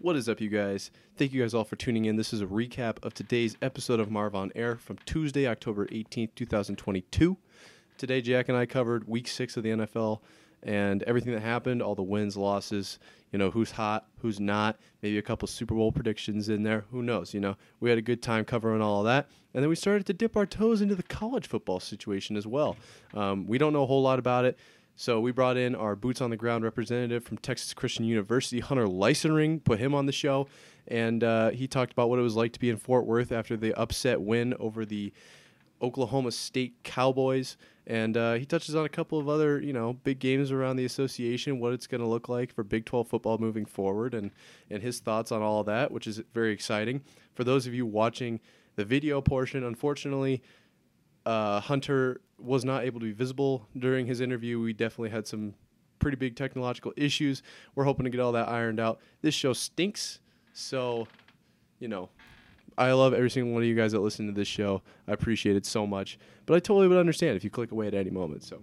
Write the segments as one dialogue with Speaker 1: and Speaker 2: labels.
Speaker 1: What is up, you guys? Thank you guys all for tuning in. This is a recap of today's episode of Marv on Air from Tuesday, October 18th, 2022. Today, Jack and I covered week six of the NFL and everything that happened, all the wins, losses, you know, who's hot, who's not, maybe a couple Super Bowl predictions in there. Who knows? You know, we had a good time covering all of that. And then we started to dip our toes into the college football situation as well. Um, we don't know a whole lot about it. So we brought in our boots on the ground representative from Texas Christian University, Hunter Leisenring, put him on the show, and uh, he talked about what it was like to be in Fort Worth after the upset win over the Oklahoma State Cowboys, and uh, he touches on a couple of other you know big games around the association, what it's going to look like for Big 12 football moving forward, and and his thoughts on all of that, which is very exciting. For those of you watching the video portion, unfortunately, uh, Hunter was not able to be visible during his interview. We definitely had some pretty big technological issues. We're hoping to get all that ironed out. This show stinks, so you know I love every single one of you guys that listen to this show. I appreciate it so much. But I totally would understand if you click away at any moment. So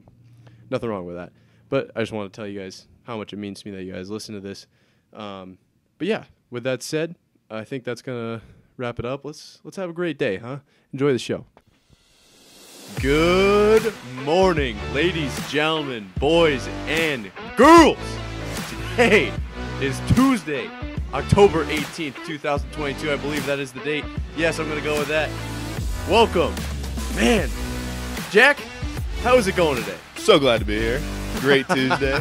Speaker 1: nothing wrong with that. But I just want to tell you guys how much it means to me that you guys listen to this. Um, but yeah, with that said, I think that's gonna wrap it up. Let's let's have a great day, huh? Enjoy the show. Good morning, ladies, gentlemen, boys, and girls. Today is Tuesday, October 18th, 2022. I believe that is the date. Yes, I'm going to go with that. Welcome. Man, Jack, how is it going today?
Speaker 2: So glad to be here. Great Tuesday.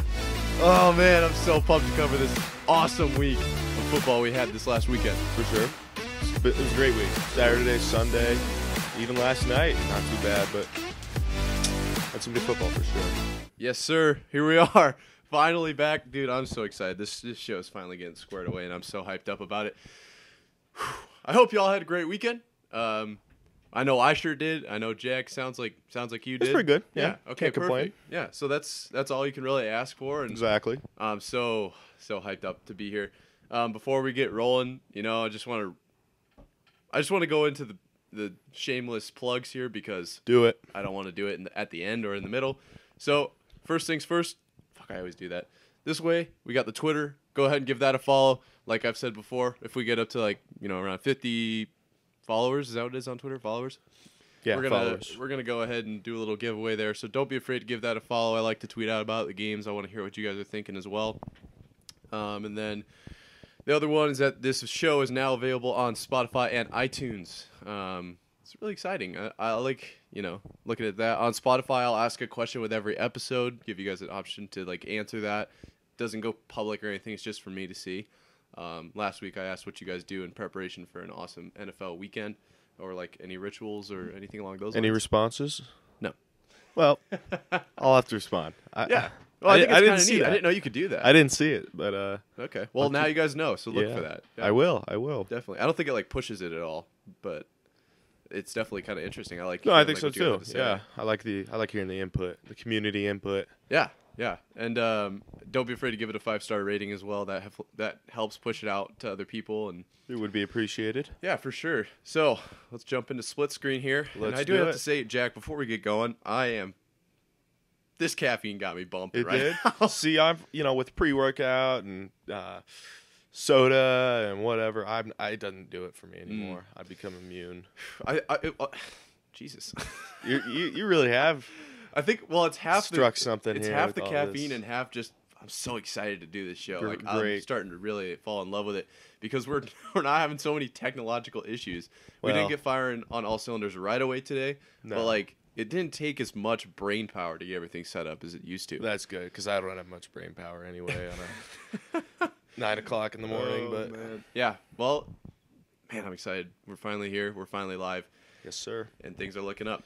Speaker 1: Oh, man, I'm so pumped to cover this awesome week of football we had this last weekend.
Speaker 2: For sure. It's been- It was a great week. Saturday, Sunday, even last night. Not too bad, but had some good football for sure.
Speaker 1: Yes, sir. Here we are. Finally back. Dude, I'm so excited. This this show is finally getting squared away and I'm so hyped up about it. Whew. I hope y'all had a great weekend. Um I know I sure did. I know Jack sounds like sounds like you did.
Speaker 2: pretty good. Yeah.
Speaker 1: Okay,
Speaker 2: Can't complain.
Speaker 1: perfect. Yeah. So that's that's all you can really ask for and
Speaker 2: Exactly.
Speaker 1: I'm so so hyped up to be here. Um, before we get rolling, you know, I just want to I just want to go into the the shameless plugs here because
Speaker 2: Do it.
Speaker 1: I don't want to do it in the, at the end or in the middle. So first things first. Fuck, I always do that. This way, we got the Twitter. Go ahead and give that a follow. Like I've said before, if we get up to like you know around 50 followers, is that what it is on Twitter? Followers.
Speaker 2: Yeah,
Speaker 1: we're gonna
Speaker 2: followers.
Speaker 1: we're gonna go ahead and do a little giveaway there. So don't be afraid to give that a follow. I like to tweet out about the games. I want to hear what you guys are thinking as well. Um, and then the other one is that this show is now available on Spotify and iTunes. Um, it's really exciting. I, I like, you know, looking at that. On Spotify, I'll ask a question with every episode, give you guys an option to like answer that. doesn't go public or anything. It's just for me to see. Um, last week, I asked what you guys do in preparation for an awesome NFL weekend, or like any rituals or anything along those
Speaker 2: Any
Speaker 1: lines.
Speaker 2: responses?
Speaker 1: No.
Speaker 2: Well, I'll have to respond. I,
Speaker 1: Yeah.
Speaker 2: Well, I,
Speaker 1: think
Speaker 2: I
Speaker 1: it's
Speaker 2: didn't
Speaker 1: kinda
Speaker 2: see
Speaker 1: neat.
Speaker 2: that.
Speaker 1: I didn't know you could do that.
Speaker 2: I didn't see it, but uh,
Speaker 1: Okay. Well, now you guys know, so look
Speaker 2: yeah.
Speaker 1: for that.
Speaker 2: I will. I will.
Speaker 1: Definitely. I don't think it like pushes it at all, but it's definitely kind of interesting. I like.
Speaker 2: No, I
Speaker 1: hearing,
Speaker 2: think
Speaker 1: like,
Speaker 2: so
Speaker 1: what you guys
Speaker 2: too.
Speaker 1: have to say.
Speaker 2: Yeah, I like the I like hearing the input, the community input.
Speaker 1: Yeah. Yeah. And um, don't be afraid to give it a five star rating as well. That hef- that helps push it out to other people. And
Speaker 2: It would be appreciated.
Speaker 1: yeah, for sure. So let's jump into split screen here. and
Speaker 2: Let's
Speaker 1: I do,
Speaker 2: do
Speaker 1: have
Speaker 2: it.
Speaker 1: to say, Jack, before we get going, I am. This caffeine got me bumping.
Speaker 2: It
Speaker 1: right
Speaker 2: did.
Speaker 1: now.
Speaker 2: See, I'm you know with pre workout and uh, soda and whatever. I'm I it doesn't do it for
Speaker 1: Mm.
Speaker 2: me anymore. I become immune.
Speaker 1: I, I it, uh, Jesus.
Speaker 2: You you, you really have
Speaker 1: I think well, it's half
Speaker 2: Struck
Speaker 1: the,
Speaker 2: something
Speaker 1: It's
Speaker 2: here
Speaker 1: half
Speaker 2: with
Speaker 1: the
Speaker 2: all
Speaker 1: caffeine
Speaker 2: this.
Speaker 1: and half just. I'm so excited to do this show.
Speaker 2: Gr-
Speaker 1: Like I'm
Speaker 2: great.
Speaker 1: starting to really fall in love with it because we're we're not having so many technological issues. We didn't
Speaker 2: Well.
Speaker 1: get firing on all cylinders right away today, but
Speaker 2: No.
Speaker 1: like it didn't take as much brain power to get everything set up as it used to.
Speaker 2: that's good because I don't have much brain power anyway on a nine o'clock in the
Speaker 1: Oh,
Speaker 2: morning. but
Speaker 1: yeah, well, man, I'm excited. We're finally here. We're finally live.
Speaker 2: yes, sir.
Speaker 1: and things are looking up.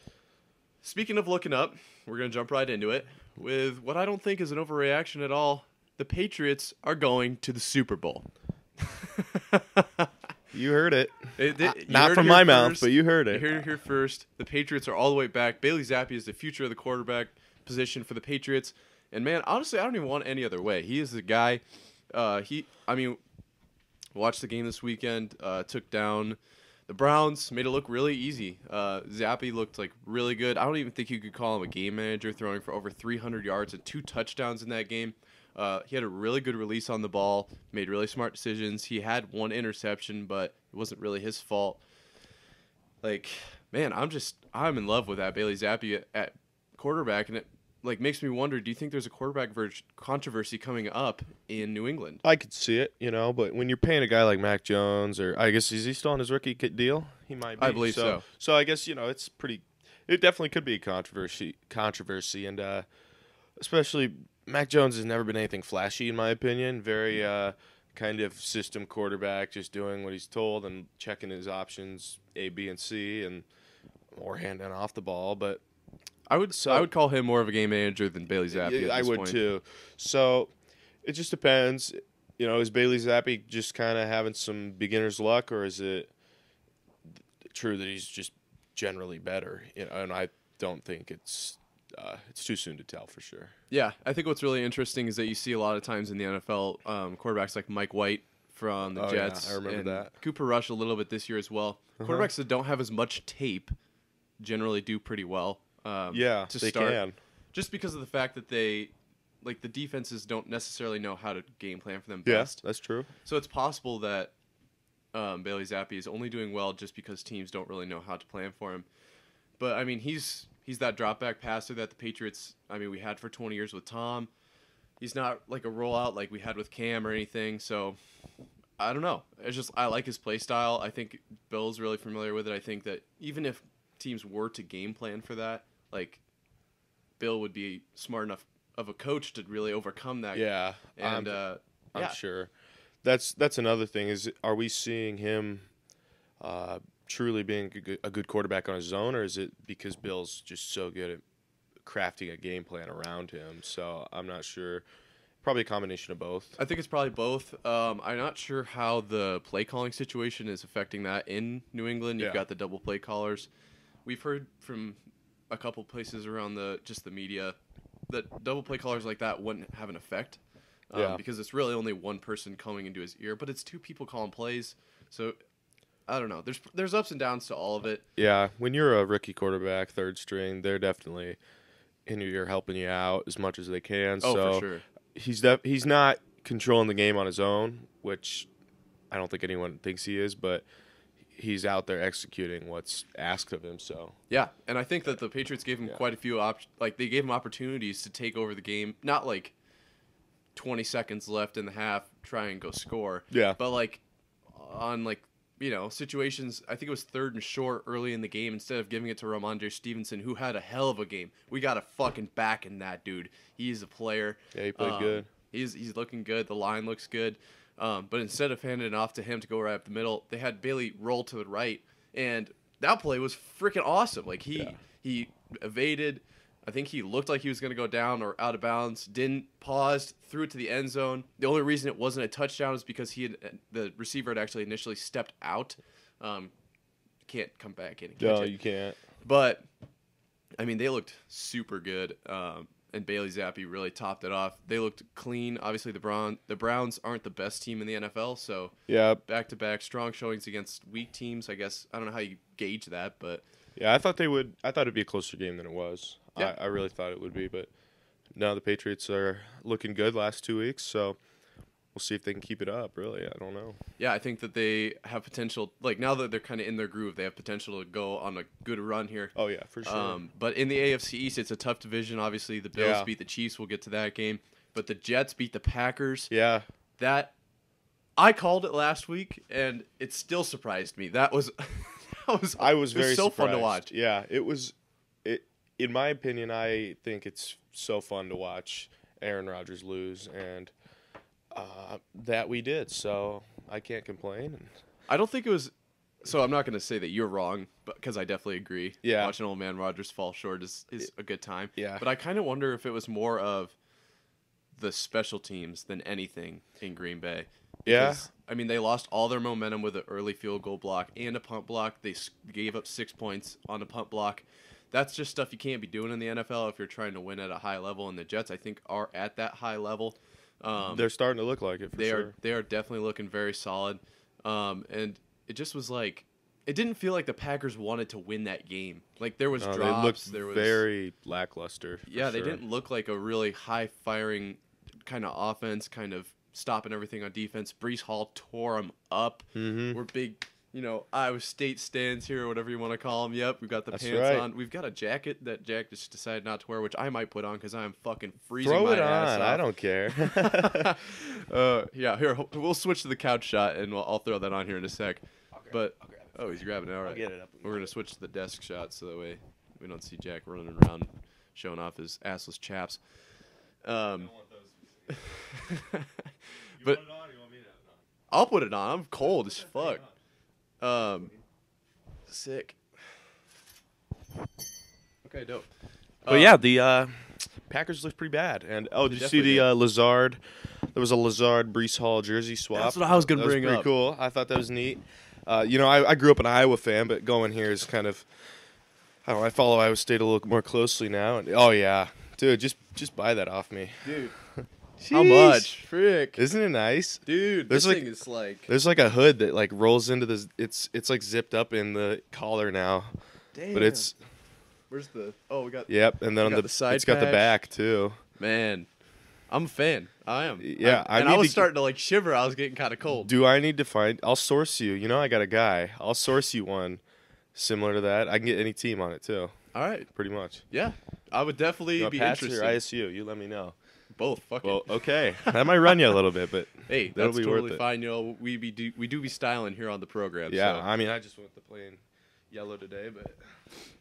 Speaker 1: Speaking of looking up, we're going to jump right into it with what I don't think is an overreaction at all. The Patriots are going to the Super Bowl.
Speaker 2: You heard it.
Speaker 1: It- it-
Speaker 2: Uh,
Speaker 1: you heard
Speaker 2: Not
Speaker 1: it
Speaker 2: from
Speaker 1: here
Speaker 2: my mouth,
Speaker 1: first.
Speaker 2: but you heard it.
Speaker 1: heard it here first. The Patriots are all the way back. Bailey Zappi is the future of the quarterback position for the Patriots. And man, honestly, I don't even want any other way. He is the guy. Uh, he, I mean, watched the game this weekend. Uh, took down the Browns, made it look really easy. Uh, Zappi looked like really good. I don't even think you could call him a game manager, throwing for over 300 yards and two touchdowns in that game. Uh, he had a really good release on the ball, made really smart decisions. He had one interception, but it wasn't really his fault. Like, man, I'm just I'm in love with that Bailey Zappi at, at quarterback, and it like makes me wonder: Do you think there's a quarterback ver- controversy coming up in New England?
Speaker 2: I could see it, you know, but when you're paying a guy like Mac Jones, or I guess is he still on his rookie ki- deal? He might. be.
Speaker 1: I believe so.
Speaker 2: So I guess you know it's pretty. It definitely could be a controversy. Controversy, and uh, especially Mac Jones has never been anything flashy, in my opinion. Very
Speaker 1: Mm-hmm.
Speaker 2: uh, kind of system quarterback, just doing what he's told and checking his options A, B, and C, and more handing off the ball, but.
Speaker 1: I would
Speaker 2: So-
Speaker 1: I would call him more of a game manager than Bailey Zappi.
Speaker 2: Yeah,
Speaker 1: at
Speaker 2: I
Speaker 1: this
Speaker 2: would
Speaker 1: point.
Speaker 2: too. So it just depends. You know, is Bailey Zappi just kind of having some beginner's luck, or is it true that he's just generally better? You know, and I don't think it's uh, it's too soon to tell for sure.
Speaker 1: Yeah, I think what's really interesting is that you see a lot of times in the NFL um, quarterbacks like Mike White from the
Speaker 2: Oh, yeah,
Speaker 1: Jets.
Speaker 2: I remember
Speaker 1: and
Speaker 2: that. Uh-huh.
Speaker 1: Cooper Rush a little bit this year as well. Quarterbacks that don't have as much tape generally do pretty well. Um,
Speaker 2: Yeah,
Speaker 1: to
Speaker 2: they
Speaker 1: start,
Speaker 2: can.
Speaker 1: just because of the fact that they, like the defenses, don't necessarily know how to game plan for them
Speaker 2: Yes,
Speaker 1: best.
Speaker 2: that's true.
Speaker 1: So it's possible that um, Bailey Zappi is only doing well just because teams don't really know how to plan for him. But I mean, he's he's that drop back passer that the Patriots. I mean, we had for 20 years with Tom. He's not like a rollout like we had with Cam or anything. So I don't know. It's just I like his play style. I think Bill's really familiar with it. I think that even if teams were to game plan for that, like Bill would be smart enough of a coach to really overcome that.
Speaker 2: Yeah,
Speaker 1: and
Speaker 2: I'm-
Speaker 1: uh,
Speaker 2: I'm
Speaker 1: yeah.
Speaker 2: sure. That's that's another thing is are we seeing him uh, truly being a good- a good quarterback on his own, or is it because Bill's just so good at crafting a game plan around him? So I'm not sure. Probably a combination of both.
Speaker 1: I think it's probably both. Um, I'm not sure how the play calling situation is affecting that in New England. You've
Speaker 2: Yeah.
Speaker 1: got the double play callers. We've heard from a couple places around the just the media that double play callers like that wouldn't have an effect um,
Speaker 2: Yeah.
Speaker 1: because it's really only one person coming into his ear, but it's two people calling plays. So I don't know. There's there's ups and downs to all of it.
Speaker 2: Yeah, when you're a rookie quarterback, third string, they're definitely in your ear helping you out as much as they can.
Speaker 1: Oh,
Speaker 2: so
Speaker 1: for sure.
Speaker 2: he's def- he's not controlling the game on his own, which I don't think anyone thinks he is, but he's out there executing what's asked of him. So
Speaker 1: Yeah, and I think that the Patriots gave him
Speaker 2: Yeah.
Speaker 1: quite a few op- like they gave him opportunities to take over the game. Not like twenty seconds left in the half, try and go score.
Speaker 2: Yeah.
Speaker 1: but like on like you know situations, I think it was third and short early in the game. Instead of giving it to Ramondre Stevenson, who had a hell of a game, we got a fucking back in that dude. He's a player. Um,
Speaker 2: Yeah, he played good.
Speaker 1: He's he's looking good. The line looks good. Um, but instead of handing it off to him to go right up the middle, they had Bailey roll to the right, and that play was freaking awesome. Like he he evaded. I think he looked like he was going to go down or out of bounds. Didn't paused, threw it to the end zone. The only reason it wasn't a touchdown is because he had the receiver had actually initially stepped out. Um, can't come back in. and catch
Speaker 2: no,
Speaker 1: it.
Speaker 2: you can't.
Speaker 1: But I mean, they looked super good, um, and Bailey Zappi really topped it off. They looked clean. Obviously, the Brown the Browns aren't the best team in the NFL, so
Speaker 2: Yeah,
Speaker 1: back to back strong showings against weak teams. I guess I don't know how you gauge that, but
Speaker 2: yeah. I thought they would. I thought it'd be a closer game than it was.
Speaker 1: Yeah.
Speaker 2: I, I really thought it would be, but now the Patriots are looking good last two weeks. So we'll see if they can keep it up. Really, I don't know.
Speaker 1: yeah, I think that they have potential. Like now that they're kind of in their groove, they have potential to go on a good run here.
Speaker 2: Oh yeah, for sure.
Speaker 1: Um, but in the AFC East, it's a tough division. Obviously, the Bills
Speaker 2: Yeah.
Speaker 1: beat the Chiefs. We'll get to that game, but the Jets beat the Packers.
Speaker 2: yeah,
Speaker 1: that I called it last week, and it still surprised me. That was that was
Speaker 2: I was
Speaker 1: it was
Speaker 2: very
Speaker 1: so fun to
Speaker 2: surprised.
Speaker 1: watch.
Speaker 2: Yeah, it was. It in my opinion, I think it's so fun to watch Aaron Rodgers lose, and uh, that we did. So I can't complain. And
Speaker 1: I don't think it was. So I'm not going to say that you're wrong, but because I definitely agree.
Speaker 2: Yeah.
Speaker 1: watching old man Rogers fall short is is a good time.
Speaker 2: Yeah.
Speaker 1: but I kind of wonder if it was more of the special teams than anything in Green Bay.
Speaker 2: Yeah.
Speaker 1: Because, I mean they lost all their momentum with an early field goal block and a punt block. They s- gave up six points on a punt block. That's just stuff you can't be doing in the NFL if you're trying to win at a high level. And the Jets, I think, are at that high level. Um,
Speaker 2: They're starting to look like it. For
Speaker 1: they
Speaker 2: sure.
Speaker 1: are they are definitely looking very solid. Um, and it just was like it didn't feel like the Packers wanted to win that game. Like there was
Speaker 2: No,
Speaker 1: drops,
Speaker 2: they looked
Speaker 1: there was
Speaker 2: very lackluster. for
Speaker 1: yeah, they
Speaker 2: sure.
Speaker 1: didn't look like a really high firing kind of offense, kind of stopping everything on defense. Brees Hall tore him up.
Speaker 2: Mm-hmm.
Speaker 1: We're big, you know, Iowa State stands here, whatever you want to call them. Yep, we've got the
Speaker 2: That's
Speaker 1: pants
Speaker 2: right.
Speaker 1: on. We've got a jacket that Jack just decided not to wear, which I might put on because I'm fucking freezing
Speaker 2: Throw
Speaker 1: my
Speaker 2: it
Speaker 1: ass
Speaker 2: on. I
Speaker 1: off.
Speaker 2: don't care.
Speaker 1: uh, yeah, here ho- we'll switch to the couch shot, and we'll, I'll throw that on here in a sec. But oh, he's grabbing it. All right,
Speaker 2: get it up.
Speaker 1: we're gonna switch to the desk shot so that way we don't see Jack running around showing off his assless chaps. Um, but I'll put it on. I'm cold as fuck. Um, sick. Okay, dope.
Speaker 2: But yeah, the uh, Packers looked pretty bad. And oh,
Speaker 1: Um, They
Speaker 2: did you see
Speaker 1: definitely
Speaker 2: the uh, Lazard? There was a Lazard Brees Hall jersey swap.
Speaker 1: That's what I was gonna
Speaker 2: That
Speaker 1: bring
Speaker 2: pretty
Speaker 1: up.
Speaker 2: Cool. I thought that was neat. Uh, you know, I, I grew up an Iowa fan, but going here is kind of I don't know. I follow Iowa State a little more closely now. And oh yeah, dude, just just buy that off me.
Speaker 1: dude, how much? Frick,
Speaker 2: Isn't it nice?
Speaker 1: dude.
Speaker 2: There's
Speaker 1: This
Speaker 2: like-
Speaker 1: thing is like,
Speaker 2: There's like a hood that like rolls into this. It's it's like zipped up in the collar now,
Speaker 1: damn.
Speaker 2: but it's
Speaker 1: where's the? Oh, we got.
Speaker 2: yep. And then on
Speaker 1: got
Speaker 2: the,
Speaker 1: the side
Speaker 2: it's got the
Speaker 1: patch.
Speaker 2: back too.
Speaker 1: Man, I'm a fan. I am.
Speaker 2: Yeah,
Speaker 1: I,
Speaker 2: I
Speaker 1: and I
Speaker 2: need
Speaker 1: was
Speaker 2: to-
Speaker 1: starting to like shiver. I was getting kind of cold.
Speaker 2: Do I need to find? I'll source you. You know, I got a guy. I'll source you one similar to that. I can get any team on it too,
Speaker 1: All right.
Speaker 2: pretty much.
Speaker 1: Yeah, I would definitely
Speaker 2: You want
Speaker 1: be
Speaker 2: Pats or
Speaker 1: interested.
Speaker 2: ISU? You let me know.
Speaker 1: Both. Fuck it.
Speaker 2: Well, okay, that might run you a little bit, but
Speaker 1: hey,
Speaker 2: that'll
Speaker 1: that's
Speaker 2: be worth
Speaker 1: totally
Speaker 2: it.
Speaker 1: fine. You know, we be do, we do be styling here on the program.
Speaker 2: yeah.
Speaker 1: so.
Speaker 2: I mean, I just went to play in yellow today, but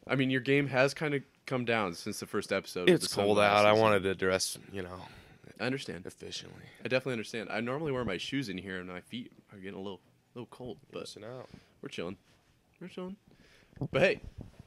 Speaker 1: I mean, your game has kind of come down since the first episode. with
Speaker 2: it's
Speaker 1: the
Speaker 2: cold out. I
Speaker 1: sunglasses.
Speaker 2: wanted to dress, you know,
Speaker 1: I understand.
Speaker 2: efficiently.
Speaker 1: I definitely understand. I normally wear my shoes in here, and my feet are getting a little little cold, but
Speaker 2: Listen out.
Speaker 1: we're chilling. We're chilling. But hey.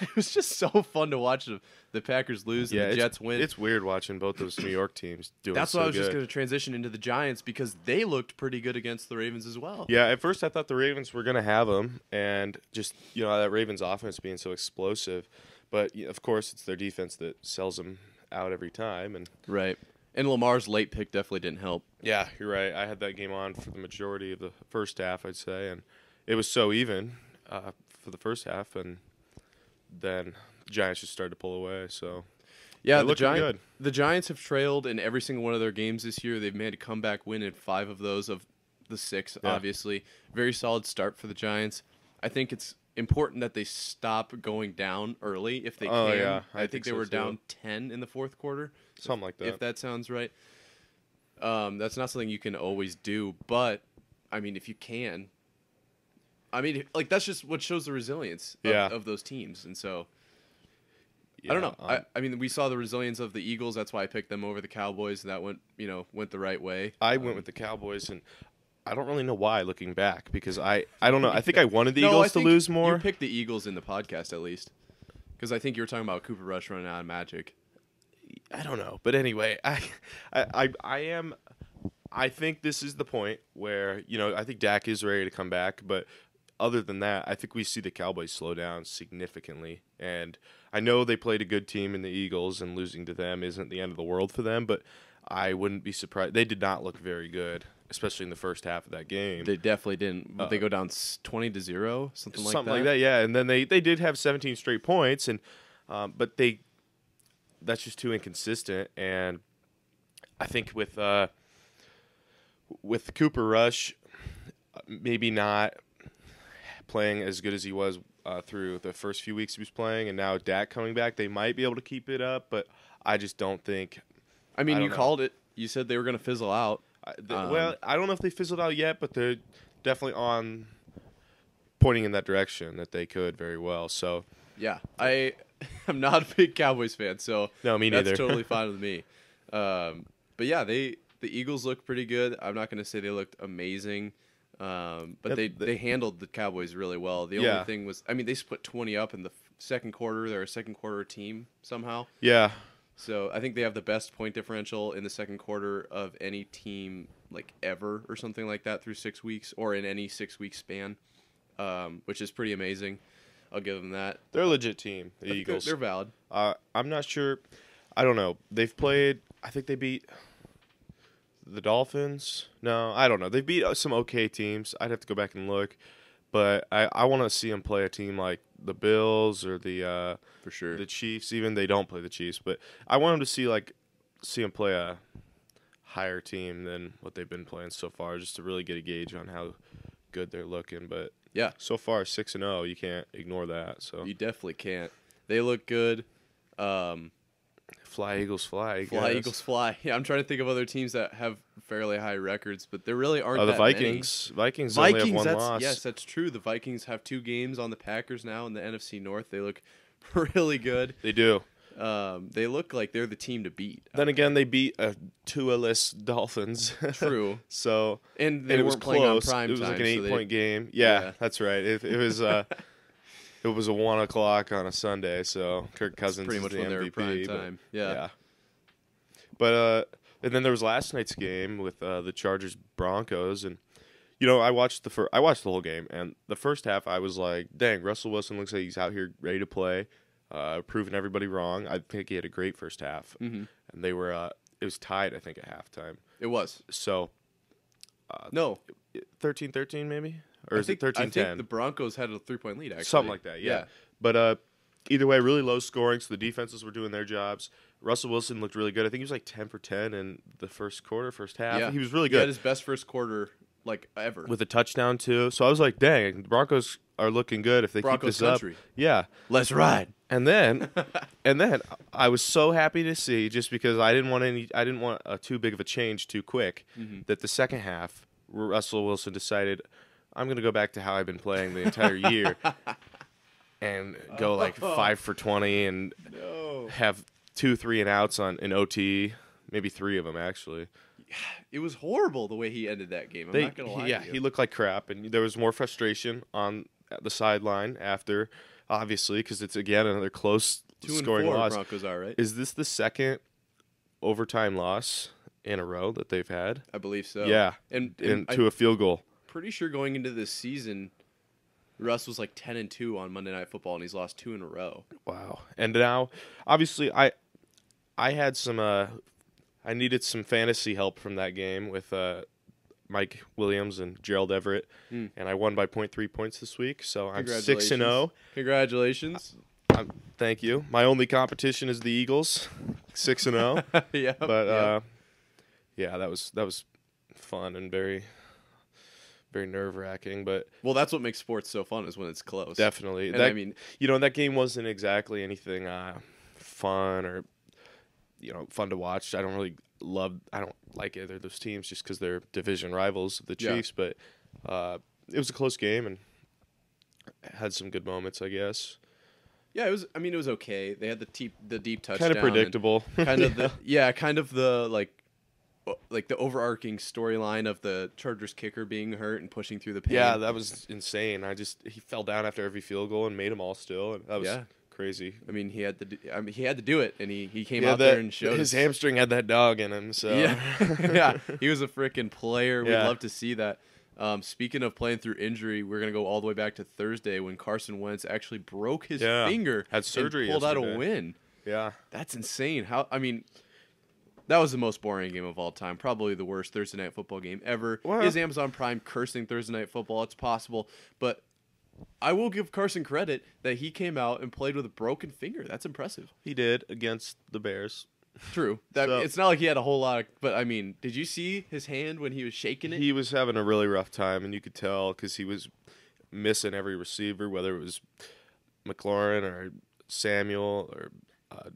Speaker 1: it was just so fun to watch the, the Packers lose and
Speaker 2: Yeah,
Speaker 1: the
Speaker 2: it's,
Speaker 1: Jets win.
Speaker 2: It's weird watching both those New York teams doing.
Speaker 1: That's
Speaker 2: so
Speaker 1: why I was just
Speaker 2: good.
Speaker 1: going to transition into the Giants because they looked pretty good against the Ravens as well.
Speaker 2: Yeah, at first I thought the Ravens were going to have him, and just you know that Ravens offense being so explosive, but y- of course it's their defense that sells them out every time. And
Speaker 1: Right. And Lamar's late pick definitely didn't help.
Speaker 2: yeah, you're right. I had that game on for the majority of the first half, I'd say, and it was so even uh, for the first half, and then the Giants just started to pull away. So
Speaker 1: Yeah,
Speaker 2: They're
Speaker 1: the
Speaker 2: looking
Speaker 1: Giants
Speaker 2: good.
Speaker 1: the Giants have trailed in every single one of their games this year. They've made a comeback win in 5 of those of the 6
Speaker 2: Yeah.
Speaker 1: obviously. Very solid start for the Giants. I think it's important that they stop going down early if they
Speaker 2: Oh,
Speaker 1: can.
Speaker 2: yeah,
Speaker 1: I,
Speaker 2: I
Speaker 1: think,
Speaker 2: think
Speaker 1: they
Speaker 2: so,
Speaker 1: were
Speaker 2: too.
Speaker 1: down 10 in the fourth quarter.
Speaker 2: something like that.
Speaker 1: if that sounds right. Um, that's not something you can always do, but I mean, if you can, I mean, like that's just what shows the resilience of,
Speaker 2: Yeah.
Speaker 1: of those teams. And so
Speaker 2: Yeah,
Speaker 1: I don't know.
Speaker 2: um,
Speaker 1: I, I mean, we saw the resilience of the Eagles. That's why I picked them over the Cowboys, and that went, you know, went the right way.
Speaker 2: I went with the Cowboys and. I don't really know why looking back because I, I don't know. I think I wanted the
Speaker 1: No, I
Speaker 2: Eagles to
Speaker 1: think
Speaker 2: lose more.
Speaker 1: You picked the Eagles in the podcast at least, because I think you were talking about Cooper Rush running out of magic.
Speaker 2: I don't know, but anyway, I, I, I, I am. I think this is the point where you know I think Dak is ready to come back, but other than that, I think we see the Cowboys slow down significantly. And I know they played a good team in the Eagles, and losing to them isn't the end of the world for them. But I wouldn't be surprised. They did not look very good, especially in the first half of that game.
Speaker 1: They definitely didn't. Would they go down s- twenty to zero, Uh, something like
Speaker 2: something
Speaker 1: that?
Speaker 2: like that. Yeah, and then they they did have 17 straight points, and um, but they that's just too inconsistent. And I think with uh, with Cooper Rush, uh, maybe not playing as good as he was uh, through the first few weeks he was playing, and now Dak coming back, they might be able to keep it up, but I just don't think.
Speaker 1: I mean,
Speaker 2: I
Speaker 1: you
Speaker 2: don't know.
Speaker 1: called it. You said they were going to fizzle out.
Speaker 2: I, the,
Speaker 1: Um,
Speaker 2: well, I don't know if they fizzled out yet, but they're definitely on pointing in that direction that they could very well. So
Speaker 1: Yeah, I I'm not a big Cowboys fan, so
Speaker 2: No, me
Speaker 1: that's
Speaker 2: neither.
Speaker 1: totally fine with me. Um, but yeah, they the Eagles look pretty good. I'm not going to say they looked amazing, um, but
Speaker 2: Yep,
Speaker 1: they,
Speaker 2: they-
Speaker 1: they handled the Cowboys really well. The only
Speaker 2: Yeah.
Speaker 1: thing was, I mean, they split 20 up in the f- second quarter. They're a second quarter team somehow,
Speaker 2: Yeah,
Speaker 1: so I think they have the best point differential in the second quarter of any team like ever or something like that through six weeks or in any six week span, um, which is pretty amazing. I'll give them that.
Speaker 2: they're a legit team. The
Speaker 1: I think they're-
Speaker 2: Eagles.
Speaker 1: they're valid.
Speaker 2: Uh, I'm not sure. I don't know. They've played. I think they beat the Dolphins. No, I don't know. They beat uh, some okay teams. I'd have to go back and look. But I, I want to see them play a team like the Bills or the uh,
Speaker 1: for sure.
Speaker 2: the Chiefs. Even they don't play the Chiefs, but I want them to see like see them play a higher team than what they've been playing so far, just to really get a gauge on how good they're looking. But
Speaker 1: Yeah.
Speaker 2: so far six and zero, you can't ignore that. So
Speaker 1: You definitely can't. They look good. Um,
Speaker 2: fly Eagles, fly. I
Speaker 1: fly
Speaker 2: guess.
Speaker 1: Eagles fly. Yeah, I'm trying to think of other teams that have fairly high records, but there really aren't.
Speaker 2: Oh, the
Speaker 1: that many.
Speaker 2: Vikings. Vikings. only have
Speaker 1: Vikings.
Speaker 2: one
Speaker 1: That's,
Speaker 2: loss.
Speaker 1: Yes, that's true. The Vikings have two games on the Packers now in the NFC North. They look really good.
Speaker 2: They do.
Speaker 1: Um, they look like they're the team to beat.
Speaker 2: Then again, they beat a two-less Dolphins.
Speaker 1: True,
Speaker 2: so
Speaker 1: and they
Speaker 2: and
Speaker 1: weren't
Speaker 2: it was
Speaker 1: playing
Speaker 2: close.
Speaker 1: on prime
Speaker 2: it was
Speaker 1: time.
Speaker 2: like an
Speaker 1: so they-
Speaker 2: eight-point game. Yeah,
Speaker 1: Yeah.
Speaker 2: that's right. It, it was. Uh, it was a one o'clock on a Sunday, so Kirk Cousins
Speaker 1: pretty
Speaker 2: is
Speaker 1: much
Speaker 2: the
Speaker 1: when
Speaker 2: MVP.
Speaker 1: they were prime
Speaker 2: but-
Speaker 1: time. Yeah.
Speaker 2: But uh, and then there was last night's game with uh, the Chargers Broncos, and you know I watched the fir- I watched the whole game, and the first half I was like, dang, Russell Wilson looks like he's out here ready to play, uh, proving everybody wrong. I think he had a great first half,
Speaker 1: Mhm.
Speaker 2: and they were uh, it was tied I think at halftime,
Speaker 1: it was
Speaker 2: so
Speaker 1: no.
Speaker 2: 13-13 maybe Uh, or
Speaker 1: I
Speaker 2: is
Speaker 1: think,
Speaker 2: it 13-10?
Speaker 1: I think the Broncos had a three point lead. Actually,
Speaker 2: Something like that, yeah. But uh, either way, really low scoring, so the defenses were doing their jobs. Russell Wilson looked really good. I think he was like ten for ten in the first quarter, first half.
Speaker 1: Yeah.
Speaker 2: He was really
Speaker 1: He had
Speaker 2: good
Speaker 1: his best first quarter like ever.
Speaker 2: with a touchdown too. So I was like, dang, the Broncos are looking good if they
Speaker 1: Broncos
Speaker 2: keep this
Speaker 1: country.
Speaker 2: up. Yeah.
Speaker 1: Let's ride.
Speaker 2: And then, and then I was so happy to see just because I didn't want any, I didn't want a too big of a change too quick.
Speaker 1: Mm-hmm.
Speaker 2: That the second half, Russell Wilson decided, I'm going to go back to how I've been playing the entire year, and go like
Speaker 1: Oh.
Speaker 2: five for twenty and
Speaker 1: No.
Speaker 2: have two three and outs on an OT, maybe three of them actually.
Speaker 1: It was horrible the way he ended that game. I'm
Speaker 2: They-
Speaker 1: not gonna lie.
Speaker 2: yeah,
Speaker 1: to you.
Speaker 2: he looked like crap, and there was more frustration on the sideline after, obviously, because it's again another close
Speaker 1: two and
Speaker 2: scoring
Speaker 1: four
Speaker 2: loss.
Speaker 1: Broncos are right.
Speaker 2: Is this the second overtime loss in a row that they've had?
Speaker 1: I believe so.
Speaker 2: Yeah,
Speaker 1: and, Oh. and
Speaker 2: and
Speaker 1: I'm
Speaker 2: to a field goal.
Speaker 1: pretty sure going into this season, Russ was like ten and two on Monday Night Football, and he's lost two in a row.
Speaker 2: Wow. And now, obviously, I I had some uh, I needed some fantasy help from that game with uh, Mike Williams and Gerald Everett,
Speaker 1: Hmm.
Speaker 2: and I won by 0.3 points this week. So I'm six and
Speaker 1: Congratulations.
Speaker 2: zero.
Speaker 1: Congratulations.
Speaker 2: I'm- Thank you. My only competition is the Eagles, six and zero.
Speaker 1: yeah,
Speaker 2: But uh, yeah, that was that was fun and very very nerve wracking, but
Speaker 1: well, that's what makes sports so fun is when it's close.
Speaker 2: Definitely.
Speaker 1: And
Speaker 2: That-
Speaker 1: I mean,
Speaker 2: you know, that game wasn't exactly anything uh, fun or you know fun to watch. I don't really love. I don't like either of those teams just because they're division rivals of the
Speaker 1: Yeah.
Speaker 2: Chiefs. But uh, it was a close game and had some good moments, I guess.
Speaker 1: yeah, it was. I mean, it was okay. They had the deep, the deep touchdown.
Speaker 2: Kind of
Speaker 1: and
Speaker 2: predictable.
Speaker 1: Kind of the yeah, kind of the like. o- Like the overarching storyline of the Chargers kicker being hurt and pushing through the pain.
Speaker 2: yeah, that was insane. I just he fell down after every field goal and made them all still, and that was
Speaker 1: Yeah.
Speaker 2: crazy.
Speaker 1: I mean, he had to. Do, I mean, he had to do it, and he he came
Speaker 2: Yeah,
Speaker 1: out
Speaker 2: that-
Speaker 1: there and showed
Speaker 2: his
Speaker 1: us.
Speaker 2: hamstring had that dog in him. So
Speaker 1: Yeah, yeah, he was a freaking player. We'd
Speaker 2: Yeah.
Speaker 1: love to see that. Um, speaking of playing through injury, we're gonna go all the way back to Thursday when Carson Wentz actually broke his
Speaker 2: Yeah,
Speaker 1: finger,
Speaker 2: had surgery
Speaker 1: and pulled out
Speaker 2: yesterday.
Speaker 1: a win.
Speaker 2: yeah.
Speaker 1: That's insane. How I mean, that was the most boring game of all time. Probably the worst Thursday night football game ever.
Speaker 2: Well-
Speaker 1: Is Amazon Prime cursing Thursday night football? It's possible, but I will give Carson credit that he came out and played with a broken finger. That's impressive.
Speaker 2: He did against the Bears.
Speaker 1: True. That
Speaker 2: So-
Speaker 1: it's not like he had a whole lot of. But I mean, did you see his hand when he was shaking it?
Speaker 2: He was having a really rough time, and you could tell because he was missing every receiver, whether it was McLaurin or Samuel or uh,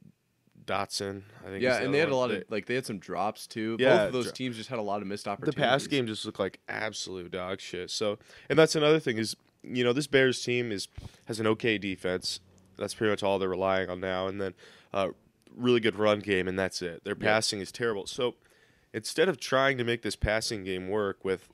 Speaker 2: Dotson. I think. is
Speaker 1: yeah,
Speaker 2: the
Speaker 1: and
Speaker 2: other
Speaker 1: they had a
Speaker 2: one.
Speaker 1: lot of
Speaker 2: They-
Speaker 1: like they had some drops too. Both
Speaker 2: Yeah,
Speaker 1: of those
Speaker 2: dro-
Speaker 1: teams just had a lot of missed
Speaker 2: the
Speaker 1: opportunities.
Speaker 2: pass game just looked like absolute dog shit. So, and that's another thing is you know this Bears team is has an okay defense. That's pretty much all they're relying on now, and then uh, really good run game, and that's it. Their passing is terrible. So instead of trying to make this passing game work with